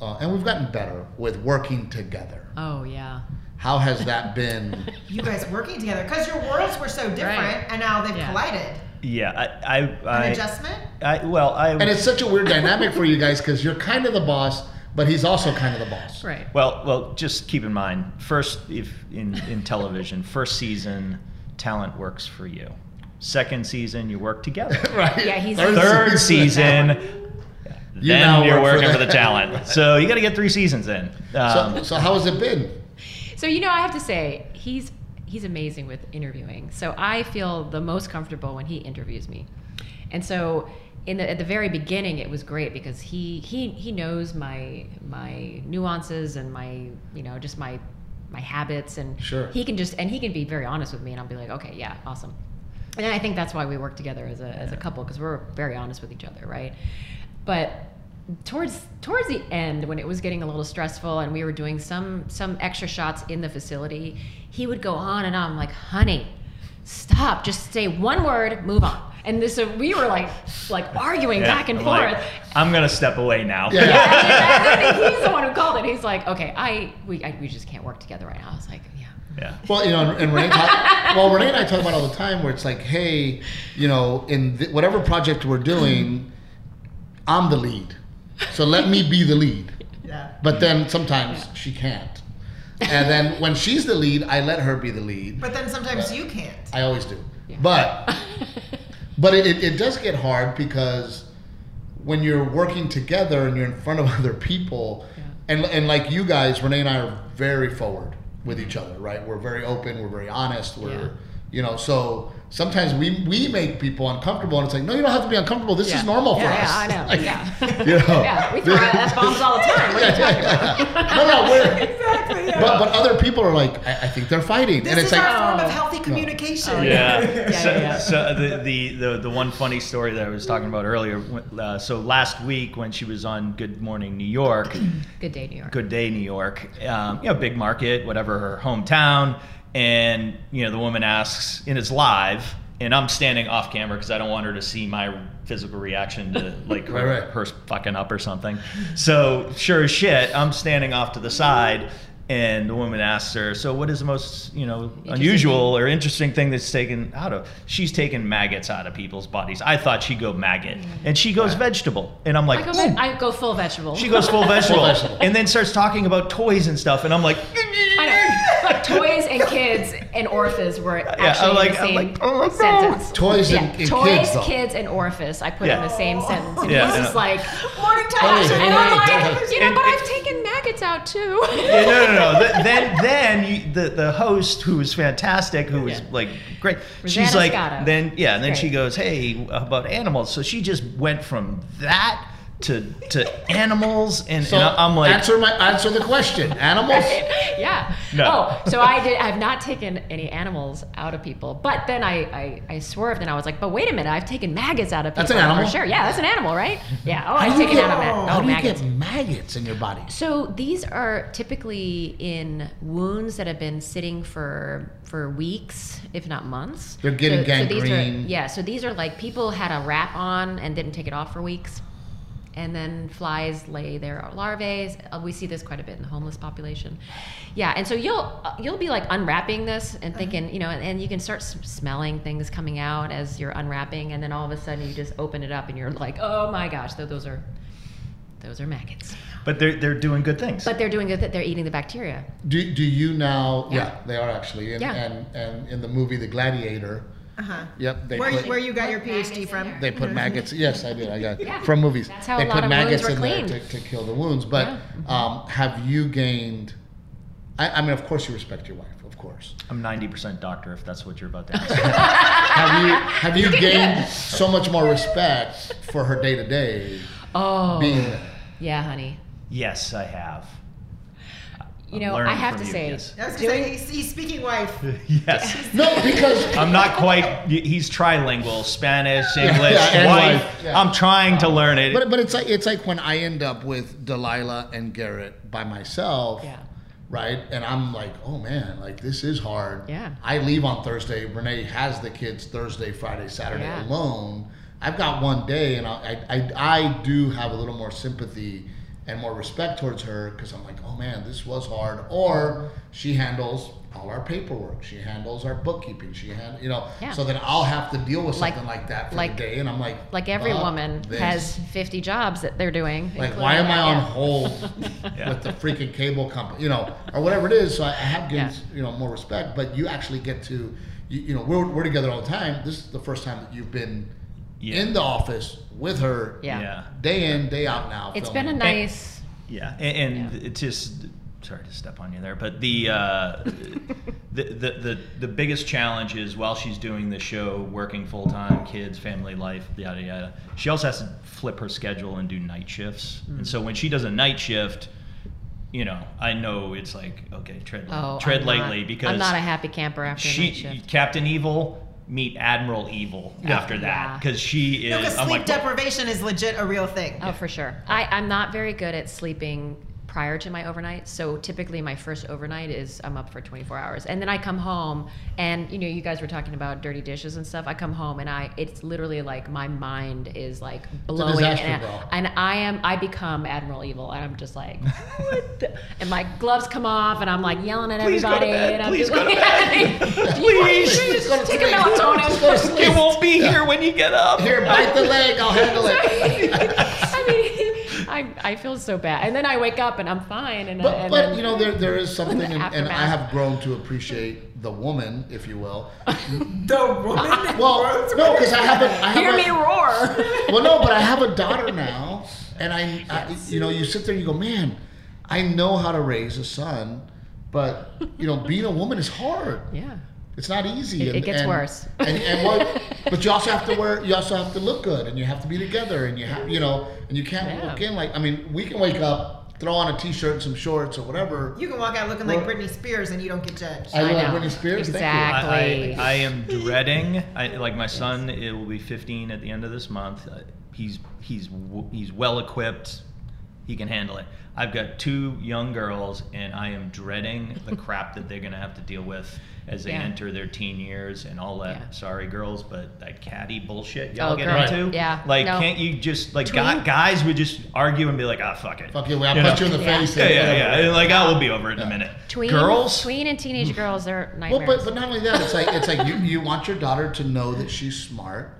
Speaker 1: uh, and we've gotten better with working together
Speaker 11: Oh yeah.
Speaker 1: how has that been
Speaker 2: You guys working together because your worlds were so different and now they've collided.
Speaker 10: Yeah, I, I, I
Speaker 2: An adjustment?
Speaker 10: I, well, I
Speaker 1: and it's such a weird dynamic for you guys because you're kind of the boss but he's also kind of the boss
Speaker 5: Right.
Speaker 10: Well, well, just keep in mind first, if in in television, first season, talent works for you. Second season, you
Speaker 1: <laughs>
Speaker 10: work together.
Speaker 1: right
Speaker 5: Yeah, he's
Speaker 10: Third, season, then
Speaker 1: You
Speaker 10: you
Speaker 1: now
Speaker 10: are
Speaker 1: work for
Speaker 10: working for
Speaker 1: the-
Speaker 10: the
Speaker 1: <laughs>
Speaker 10: talent. So you got to get three seasons in.
Speaker 1: so,
Speaker 10: Um,
Speaker 1: so how has it been
Speaker 5: So you know, I have to say he's he's amazing with interviewing. So I feel the most comfortable when he interviews me, and so. In the, at the very beginning, it was great because he, he he knows my my nuances and my you know just my my habits and
Speaker 1: Sure.
Speaker 5: he can just and he can be very honest with me and I'll be like okay yeah awesome and I think that's why we work together as a as a couple because we're very honest with each other right but towards towards the end when it was getting a little stressful and we were doing some some extra shots in the facility he would go on and on I'm like honey stop just say one word move on and this so we were like like arguing
Speaker 10: yeah,
Speaker 5: back and
Speaker 10: I'm
Speaker 5: forth
Speaker 10: like, <laughs> I'm gonna step away now.
Speaker 5: yeah, and he's the one who called it he's like okay I we, I we just can't work together right now I was like yeah
Speaker 10: <laughs>
Speaker 5: <laughs>
Speaker 10: yeah.
Speaker 1: Well, you know, and, and Renee, talk, well, Renee and I talk about it all the time where it's like, hey, you know, in th- whatever project we're doing, I'm the lead, so let me be the lead.
Speaker 2: Yeah.
Speaker 1: But then sometimes she can't, and then when she's the lead, I let her be the lead.
Speaker 2: But then sometimes you can't.
Speaker 1: I always do, but but it, it, it does get hard because when you're working together and you're in front of <laughs> other people and, and like you guys renee and i are very forward with each other right we're very open we're very honest we're you know so sometimes we we make people uncomfortable and it's like no you don't have to be uncomfortable this is normal for
Speaker 5: yeah,
Speaker 1: us
Speaker 5: I know.
Speaker 1: <laughs> Like,
Speaker 5: yeah.
Speaker 1: you know
Speaker 5: <laughs> yeah, we throw out F bombs all the
Speaker 1: <laughs>
Speaker 5: time. What are you talking about?
Speaker 1: no no
Speaker 5: <laughs>
Speaker 1: we're but, but other people are like I, I think they're fighting
Speaker 2: This
Speaker 1: and it's
Speaker 2: is
Speaker 1: like Oh.
Speaker 2: our form of healthy communication. <laughs>
Speaker 10: Oh. Yeah.
Speaker 5: <laughs> Yeah,
Speaker 10: so
Speaker 5: yeah, yeah.
Speaker 10: so uh, the, the, the, the one funny story that I was talking about earlier. when- Uh, so last week when she was on Good Morning New York,
Speaker 5: Good day, New York.
Speaker 10: Good Day New York, um, you know, big market, whatever her hometown, and you know the woman asks, and it's live, and I'm standing off camera because I don't want her to see my physical reaction
Speaker 5: <laughs>
Speaker 10: to like her,
Speaker 1: Right, right.
Speaker 10: her fucking up or something. So sure as shit, I'm standing off to the side. And the woman asks her, "So, what is the most, you know, unusual or interesting thing that's taken out of?" She's taken maggots out of people's bodies. I thought she'd go maggot, and she goes vegetable, and I'm
Speaker 5: Mm. I
Speaker 10: like, "Oh,
Speaker 5: go,
Speaker 10: "Ooh,
Speaker 5: ve- I go full vegetable.
Speaker 10: she goes full vegetable,
Speaker 1: vegetable.
Speaker 10: and then starts talking about toys and stuff, and I'm like,
Speaker 5: I know. toys and kids and orphans were actually
Speaker 10: I'm like-
Speaker 5: in the
Speaker 10: I'm
Speaker 5: same
Speaker 10: like, oh, no.
Speaker 5: sentence.
Speaker 1: Toys
Speaker 5: yeah.
Speaker 1: and- and
Speaker 5: toys,
Speaker 1: kids, though.
Speaker 5: and orphis. I put
Speaker 10: Yeah.
Speaker 5: in the same sentence. And
Speaker 10: Yeah,
Speaker 5: he's
Speaker 10: I
Speaker 5: just
Speaker 10: know.
Speaker 5: like,
Speaker 2: Morning
Speaker 1: Hey,
Speaker 2: time.
Speaker 1: hey,
Speaker 5: and
Speaker 1: hey,
Speaker 5: I'm
Speaker 1: hey.
Speaker 5: like, you know,
Speaker 10: And-
Speaker 5: but
Speaker 10: and-
Speaker 5: I've taken maggots out too.
Speaker 10: yeah, no, no, no. Th- then, then you, the the host who was fantastic, who was like great, she's
Speaker 5: Rosanna
Speaker 10: like,
Speaker 5: Scotto.
Speaker 10: then yeah, and then she
Speaker 5: Great.
Speaker 10: goes, hey, how about animals. So she just went from that to to animals, and,
Speaker 1: so
Speaker 10: and I- I'm like,
Speaker 1: answer my answer the question animals
Speaker 5: <laughs> yeah.
Speaker 10: No.
Speaker 5: Oh, so I did. I've not taken any animals out of people, but then I, I I swerved and I was like, but wait a minute, I've taken maggots out of people.
Speaker 1: That's an
Speaker 5: for
Speaker 1: animal.
Speaker 5: sure. Yeah, that's an animal, right? Yeah.
Speaker 1: How
Speaker 5: Oh, I've
Speaker 1: do you
Speaker 5: taken
Speaker 1: get-
Speaker 5: out of ma-
Speaker 1: how
Speaker 5: oh,
Speaker 1: do you
Speaker 5: maggots.
Speaker 1: get maggots in your body
Speaker 5: So these are typically in wounds that have been sitting for for weeks, if not months.
Speaker 1: They're getting
Speaker 5: so, so these are-
Speaker 1: gangrene.
Speaker 5: yeah. So these are like people had a wrap on and didn't take it off for weeks, and then flies lay their larvae. Uh, We see this quite a bit in the homeless population. Yeah, and so you'll uh, you'll be like unwrapping this and
Speaker 1: Uh-huh.
Speaker 5: thinking, you know, and, and you can start s- smelling things coming out as you're unwrapping, and then all of a sudden you just open it up and you're like, oh my gosh, th- those are those are maggots.
Speaker 10: but they're they're doing good things.
Speaker 5: But they're doing it. They're eating the bacteria.
Speaker 1: Do, do you now? Yeah,
Speaker 5: Yeah.
Speaker 1: they are actually. And,
Speaker 5: Yeah.
Speaker 1: and and in the movie The Gladiator,
Speaker 2: Uh-huh.
Speaker 1: Yep. They
Speaker 2: Where,
Speaker 1: put,
Speaker 2: where you got your PhD from?
Speaker 1: they put maggots. Yes, I did. I got
Speaker 2: Yeah.
Speaker 1: from movies.
Speaker 2: That's how
Speaker 1: they
Speaker 2: a lot
Speaker 1: put
Speaker 2: of
Speaker 1: maggots
Speaker 2: wounds
Speaker 1: in
Speaker 2: were
Speaker 1: there to,
Speaker 2: cleaned.
Speaker 1: to kill the wounds. But
Speaker 2: Yeah. Mm-hmm.
Speaker 1: um, have you gained? I, I mean, of course, you respect your wife. Of course.
Speaker 10: I'm 90% doctor if that's what you're
Speaker 5: <laughs>
Speaker 10: about to ask.
Speaker 1: have you have
Speaker 2: <laughs>
Speaker 1: you gained so much more respect for her day to day?
Speaker 5: Oh.
Speaker 1: being there?
Speaker 5: Yeah, honey.
Speaker 10: yes, I have.
Speaker 5: You know,
Speaker 10: learning
Speaker 5: I have
Speaker 10: from
Speaker 5: to
Speaker 10: you,
Speaker 5: say,
Speaker 10: yes. <laughs>
Speaker 2: I was gonna say, he's, he's speaking wife.
Speaker 10: Yes.
Speaker 1: No, because
Speaker 10: I'm not quite. He's trilingual: Spanish, English,
Speaker 1: Yeah, and
Speaker 10: wife.
Speaker 1: wife, yeah.
Speaker 10: I'm trying to learn it.
Speaker 1: But but it's like it's like when I end up with Delilah and Garrett by myself. Right, and I'm like, oh man, like this is hard.
Speaker 5: Yeah.
Speaker 1: I leave on Thursday. Renee has the kids Thursday, Friday, Saturday
Speaker 5: Yeah.
Speaker 1: alone. I've got one day, and I, I I do have a little more sympathy and more respect towards her because I'm like, oh man, this was hard. Or she handles all our paperwork. She handles our bookkeeping. She hand, you know,
Speaker 5: Yeah.
Speaker 1: so then I'll have to deal with
Speaker 5: Like-
Speaker 1: something like, that for
Speaker 5: like-
Speaker 1: the day, and I'm like,
Speaker 5: like every
Speaker 1: fuck
Speaker 5: woman
Speaker 1: this.
Speaker 5: has 50 jobs that they're doing.
Speaker 1: Like,
Speaker 5: including
Speaker 1: why am I
Speaker 5: that, <laughs>
Speaker 1: on
Speaker 5: yeah.
Speaker 1: hold with the freaking cable company, you know, or whatever it is? So I I have gained, you know, more respect. But you actually get to, you, you know, we're, we're together all the time. This is the first time that you've been in the office with her,
Speaker 5: Yeah.
Speaker 10: Yeah.
Speaker 1: day in, day out now.
Speaker 5: It's been
Speaker 1: filming.
Speaker 5: a nice.
Speaker 10: Yeah, and, and it just sorry to step on you there, but the, uh, the, the the the biggest challenge is while she's doing the show, working full time, kids, family life, yada yada. She also has to flip her schedule and do night shifts, and
Speaker 1: Mm.
Speaker 10: so when she does a night shift. You know, I know it's like okay, tread
Speaker 5: Oh,
Speaker 10: tread
Speaker 5: I'm
Speaker 10: lightly
Speaker 5: not,
Speaker 10: because
Speaker 5: I'm not a happy camper after a night
Speaker 10: she
Speaker 5: shift.
Speaker 10: Captain Evil meet Admiral Evil after that
Speaker 5: Yeah.
Speaker 10: because she is.
Speaker 2: No, because
Speaker 10: I'm
Speaker 2: sleep
Speaker 10: like,
Speaker 2: deprivation is legit a real thing.
Speaker 5: Oh, for sure. I, I'm not very good at sleeping prior to my overnight. So typically my first overnight is I'm up for 24 hours. And then I come home and you know, you guys were talking about dirty dishes and stuff. I come home and I it's literally like my mind is like blowing
Speaker 1: disaster,
Speaker 5: and,
Speaker 1: bro.
Speaker 5: and I am I become Admiral Evil and I'm just like what
Speaker 10: <laughs>
Speaker 5: the? and my gloves come off and I'm like yelling at
Speaker 10: Please go to
Speaker 5: everybody
Speaker 10: bed.
Speaker 5: and I'm
Speaker 10: Please
Speaker 5: just
Speaker 10: go to
Speaker 5: like <laughs>
Speaker 10: bed.
Speaker 5: "Do you want
Speaker 10: Please.
Speaker 5: to
Speaker 10: Please
Speaker 1: go to
Speaker 5: Take a
Speaker 1: sleep. Just go to
Speaker 5: melatonin.
Speaker 1: sleep.
Speaker 10: it won't be here when you
Speaker 2: <laughs>
Speaker 10: get up.
Speaker 1: Here, bite the leg. I'll handle
Speaker 5: <laughs>
Speaker 1: it.
Speaker 5: I mean, I, I feel so bad. And then I wake up and I'm fine. And, I-
Speaker 1: But,
Speaker 5: and
Speaker 1: but
Speaker 5: then-
Speaker 1: you know there, there
Speaker 5: <laughs>
Speaker 1: is something, and, and I
Speaker 5: aftermath.
Speaker 1: have grown to appreciate the woman, if you will.
Speaker 2: <laughs> The woman.
Speaker 1: Well, no, because I haven't. I
Speaker 5: <laughs> hear
Speaker 1: haven't,
Speaker 5: me
Speaker 1: <laughs>
Speaker 5: roar.
Speaker 1: well, no, but I have a daughter now, and I, I, you know, you sit there and you go, man, I know how to raise a son, but you know, being a woman is hard.
Speaker 5: yeah.
Speaker 1: It's not easy.
Speaker 5: It- it
Speaker 1: and-
Speaker 5: gets
Speaker 1: and-
Speaker 5: worse.
Speaker 1: And, and what, but you also have to wear, you also have to look good, and you have to be together, and you have, you know, and you can't
Speaker 5: Yeah.
Speaker 1: walk in like. I mean, we can wake up, throw on a t-shirt and some shorts or whatever.
Speaker 2: You can walk out looking like Britney Spears and you don't get judged.
Speaker 1: I look like
Speaker 5: know.
Speaker 1: Britney Spears. Thank you.
Speaker 5: Exactly.
Speaker 10: I, I, I am dreading. I, like my son, it will be 15 at the end of this month. Uh, He's he's w- he's well equipped. He can handle it. I've got two young girls, and I am dreading
Speaker 5: <laughs>
Speaker 10: the crap that they're going to have to deal with as they
Speaker 5: Yeah.
Speaker 10: enter their teen years and all that.
Speaker 5: Yeah.
Speaker 10: Sorry, girls, but that catty bullshit y'all
Speaker 5: Oh,
Speaker 10: get
Speaker 5: girl.
Speaker 10: into.
Speaker 5: Yeah.
Speaker 10: Like,
Speaker 5: No.
Speaker 10: can't you just like guy, guys would just argue and be like, ah, fuck it.
Speaker 1: Fuck you. I'll
Speaker 10: You
Speaker 1: punch
Speaker 10: know?
Speaker 1: you in the
Speaker 5: Yeah.
Speaker 1: face.
Speaker 10: Yeah,
Speaker 1: and
Speaker 10: yeah,
Speaker 1: whatever.
Speaker 10: yeah. And, Like, I will be over it in a minute.
Speaker 5: Tween,
Speaker 10: girls.
Speaker 5: Tween and teenage girls, they're
Speaker 1: Well, but,
Speaker 5: nightmares.
Speaker 1: but not only that,
Speaker 4: <laughs>
Speaker 1: it's like it's like you, you want your daughter to know that she's smart,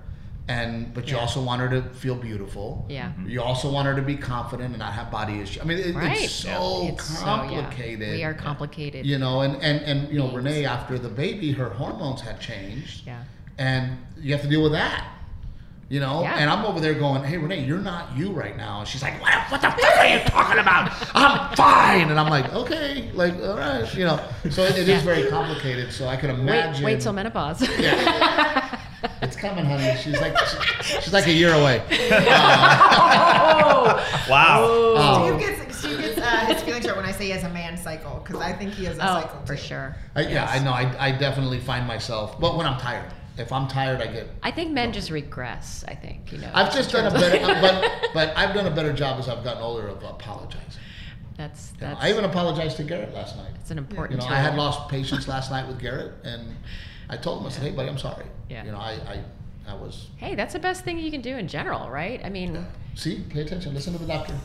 Speaker 1: and but you
Speaker 5: Yeah.
Speaker 1: also want her to feel beautiful.
Speaker 5: Yeah. Mhm.
Speaker 1: You also want her to be confident and not have body issues. I mean, it,
Speaker 5: Right.
Speaker 1: it's so
Speaker 5: It's so- yeah.
Speaker 1: complicated.
Speaker 5: We are complicated.
Speaker 1: You know, and and and you know,
Speaker 5: Beings.
Speaker 1: Renee after the baby, her hormones had changed.
Speaker 5: Yeah.
Speaker 1: And you have to deal with that. You know,
Speaker 5: Yeah.
Speaker 1: and I'm over there going, "Hey, Renee, you're not you right now." And she's like, "What? What the fuck are
Speaker 5: <laughs>
Speaker 1: you talking about? I'm fine." And I'm like, "Okay, like, all right, you know." So it, it is
Speaker 5: Yeah.
Speaker 1: very complicated. So I can
Speaker 5: wait,
Speaker 1: imagine.
Speaker 5: wait till menopause. <laughs>
Speaker 1: it's coming, honey. She's like, she's like a year
Speaker 5: <laughs>
Speaker 1: away. Uh,
Speaker 5: Oh.
Speaker 10: Wow.
Speaker 2: Steve gets, Steve gets uh, his feelings hurt when I say he has a man cycle because I think he has a
Speaker 5: oh,
Speaker 2: cycle.
Speaker 5: for
Speaker 2: too.
Speaker 5: sure.
Speaker 1: I, Yeah, I know. I, I definitely find myself, but when I'm tired, if I'm tired, I get
Speaker 5: I think men just regress. I think you know.
Speaker 1: I've just done a better, but but I've done a better job as I've gotten older of apologizing.
Speaker 5: That's
Speaker 1: You know,
Speaker 5: that's
Speaker 1: I even apologized to Garrett last night.
Speaker 5: it's an
Speaker 1: You
Speaker 5: important.
Speaker 1: know, I
Speaker 5: tool.
Speaker 1: had lost patience last night with Garrett, and I told him, I said, "Hey, buddy, I'm sorry.
Speaker 5: Yeah.
Speaker 1: You know, I I, I was
Speaker 5: Hey, that's the best thing you can do in general, right? I mean,
Speaker 1: see, pay attention, listen to the doctor,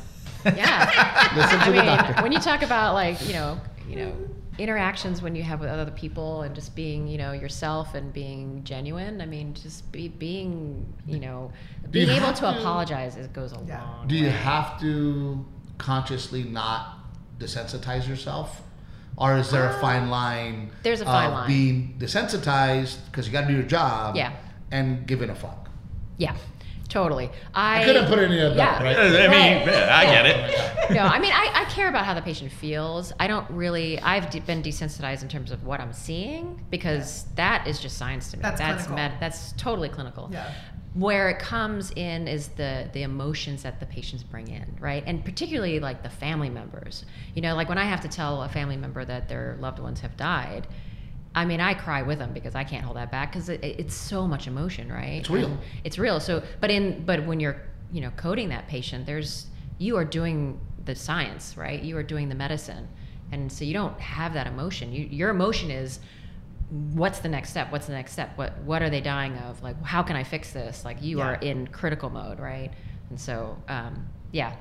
Speaker 5: yeah.
Speaker 1: <laughs> listen to
Speaker 5: I
Speaker 1: the
Speaker 5: mean,
Speaker 1: doctor.
Speaker 5: when you talk about like you know, you know, interactions when you have with other people and just being you know yourself and being genuine. I mean, just be, being you know, being
Speaker 1: you
Speaker 5: able
Speaker 1: have
Speaker 5: to,
Speaker 1: to-
Speaker 5: apologize it goes a
Speaker 2: Yeah.
Speaker 5: long.
Speaker 1: Do
Speaker 5: way.
Speaker 1: you have to consciously not desensitize yourself? Or is there a fine line?
Speaker 5: Um, There's a fine
Speaker 1: of
Speaker 5: line.
Speaker 1: Being desensitized because you got to do your job.
Speaker 5: Yeah.
Speaker 1: And giving a fuck.
Speaker 5: Yeah, totally. I,
Speaker 1: couldn't put any of that,
Speaker 5: Yeah.
Speaker 1: right?
Speaker 10: <laughs> I mean,
Speaker 5: Right.
Speaker 10: yeah, I get it.
Speaker 5: no, I mean, I, I care about how the patient feels. I don't really, I've de- been desensitized in terms of what I'm seeing because that is just science to me.
Speaker 2: That's clinical.
Speaker 5: med- that's totally clinical.
Speaker 2: Yeah.
Speaker 5: Where it comes in is the the emotions that the patients bring in, right? And particularly like the family members. You know, like when I have to tell a family member that their loved ones have died, I mean, I cry with them because I can't hold that back because it, it's so much emotion, right?
Speaker 1: It's real.
Speaker 5: And it's real. So, but in but when you're you know coding that patient, there's you are doing the science, right? You are doing the medicine, and so you don't have that emotion. You, your emotion is what's the next step? What's the next step? What what are they dying of? Like how can I fix this? Like you are
Speaker 2: Yeah.
Speaker 5: in critical mode, right? And so um, yeah,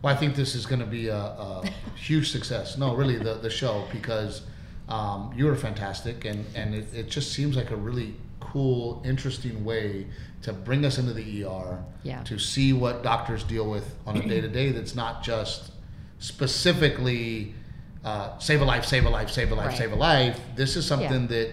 Speaker 1: Well, I think this is going to be a, a huge success. No, really, the, the show because um, you were fantastic, and and it, it just seems like a really cool, interesting way to bring us into the ER.
Speaker 5: Yeah.
Speaker 1: To see what doctors deal with on a day to day that's not just specifically uh, save a life, save a life, save a life,
Speaker 5: Right.
Speaker 1: save a life. This is
Speaker 5: Yeah.
Speaker 1: something that,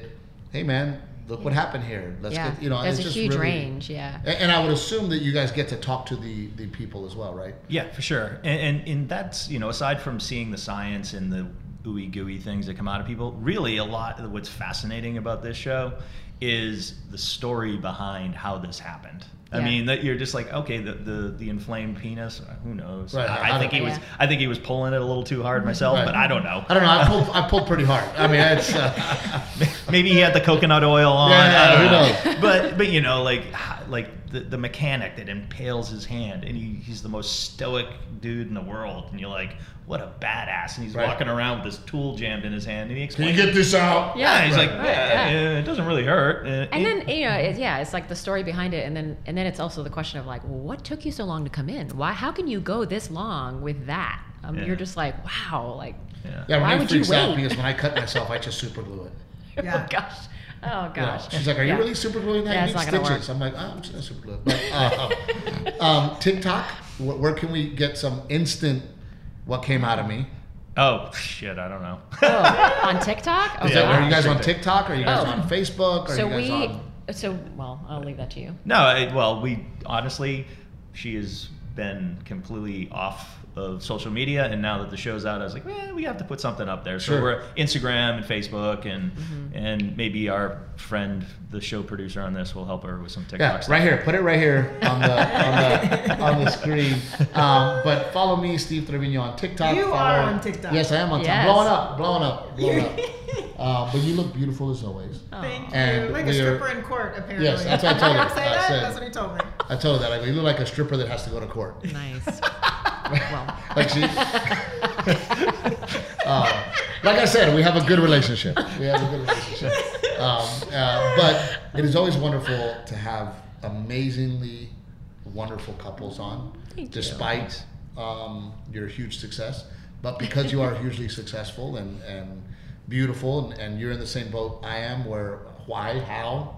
Speaker 1: hey man, look what happened here. Let's
Speaker 5: yeah.
Speaker 1: get you know.
Speaker 5: there's
Speaker 1: it's
Speaker 5: a
Speaker 1: just
Speaker 5: huge
Speaker 1: really-
Speaker 5: range, yeah.
Speaker 1: A- And I would assume that you guys get to talk to the the people as well, right?
Speaker 10: Yeah, for sure. And, and and that's you know aside from seeing the science and the ooey gooey things that come out of people, really a lot of what's fascinating about this show is the story behind how this happened. I
Speaker 5: Yeah.
Speaker 10: mean that you're just like okay the the, the inflamed penis uh, who knows
Speaker 1: Right,
Speaker 10: I,
Speaker 1: I
Speaker 10: I think he
Speaker 1: don't-
Speaker 10: was
Speaker 5: Yeah.
Speaker 10: I think he was pulling it a little too hard myself
Speaker 1: Right.
Speaker 10: but I don't know
Speaker 1: I don't know. I pulled, I pulled pretty hard. I mean, it's uh,
Speaker 10: <laughs> maybe he had the coconut oil on.
Speaker 1: Yeah,
Speaker 10: I don't
Speaker 1: who
Speaker 10: know. <laughs> But but you know like h- like the, the mechanic that impales his hand and he, he's the most stoic dude in the world and you're like what a badass and he's
Speaker 1: Right.
Speaker 10: walking around with this tool jammed in his hand and he explains.
Speaker 1: this out?
Speaker 10: yeah, he's
Speaker 1: Right.
Speaker 10: like,
Speaker 5: Right,
Speaker 10: yeah,
Speaker 5: yeah.
Speaker 10: uh, it doesn't really hurt. Uh,
Speaker 5: And
Speaker 10: it-
Speaker 5: then you know, it, yeah, it's like the story behind it, and then and then it's also the question of like, well, what took you so long to come in? Why? How can you go this long with that? Um,
Speaker 10: Yeah.
Speaker 5: You're just like, wow, like, <laughs>
Speaker 10: yeah.
Speaker 1: Yeah,
Speaker 5: Why
Speaker 1: Renee
Speaker 5: would you
Speaker 1: freaks out
Speaker 5: wait?
Speaker 1: because when I cut myself, I just super glue it.
Speaker 2: Yeah.
Speaker 5: oh gosh, oh
Speaker 1: You know,
Speaker 5: gosh.
Speaker 1: She's like, "Are you
Speaker 5: Yeah.
Speaker 1: really super gluing that?
Speaker 5: Yeah,
Speaker 1: you
Speaker 5: it's
Speaker 1: need
Speaker 5: not gonna
Speaker 1: stitches." I'm like, oh, "I'm just gonna super glue." it." But, uh, um, TikTok, where, where can we get some instant? What came out of me?
Speaker 10: oh shit, I don't know.
Speaker 5: Oh, on TikTok? Oh,
Speaker 1: Is that, are you
Speaker 5: gosh.
Speaker 1: guys on TikTok? Are you guys
Speaker 5: Oh.
Speaker 1: on Facebook? Are
Speaker 5: so
Speaker 1: you guys
Speaker 5: we,
Speaker 1: on?
Speaker 5: so well, I'll leave that to you.
Speaker 10: No, I, well, we honestly, she has been completely off of social media, and now that the show's out, I was like, eh, we have to put something up there. So
Speaker 1: Sure.
Speaker 10: we're Instagram and Facebook, and and maybe our friend, the show producer on this, will help her with some TikTok
Speaker 1: Yeah,
Speaker 10: stuff.
Speaker 1: right here. Put it right here on the on the, on the screen. Um, but follow me, Steve Trevino, on TikTok.
Speaker 2: You
Speaker 1: Follow-
Speaker 2: are on TikTok.
Speaker 1: Yes, I am on
Speaker 5: Yes.
Speaker 1: TikTok. Blowing up, blowing up, blowing up.
Speaker 2: <laughs>
Speaker 1: Uh, but you look beautiful as always.
Speaker 2: Thank
Speaker 5: Oh,
Speaker 1: And
Speaker 2: you. Like
Speaker 1: we
Speaker 2: a
Speaker 1: are-
Speaker 2: stripper in court, apparently.
Speaker 1: Yes, that's what I
Speaker 2: <laughs>
Speaker 1: told
Speaker 2: Did
Speaker 1: her.
Speaker 2: Say
Speaker 1: I
Speaker 2: that?
Speaker 1: said-
Speaker 2: That's what he told me.
Speaker 1: I told her that. Like, you look like a stripper that has to go to court. <laughs>
Speaker 5: Nice. well,
Speaker 1: Like she. <laughs> Um, like I said, we have a good relationship. We have a good relationship. Um, uh, but it is always wonderful to have amazingly wonderful couples on,
Speaker 5: Thank you.
Speaker 1: despite um, your huge success. But because you are hugely successful and, and beautiful, and, and you're in the same boat I am, where why, how,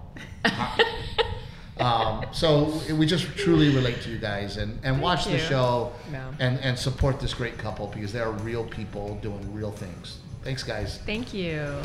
Speaker 5: <laughs>
Speaker 1: um, so we just truly relate to you guys and, and watch the
Speaker 5: you.
Speaker 1: show
Speaker 5: No.
Speaker 1: and, and support this great couple because they are real people doing real things. Thanks, guys.
Speaker 5: thank you.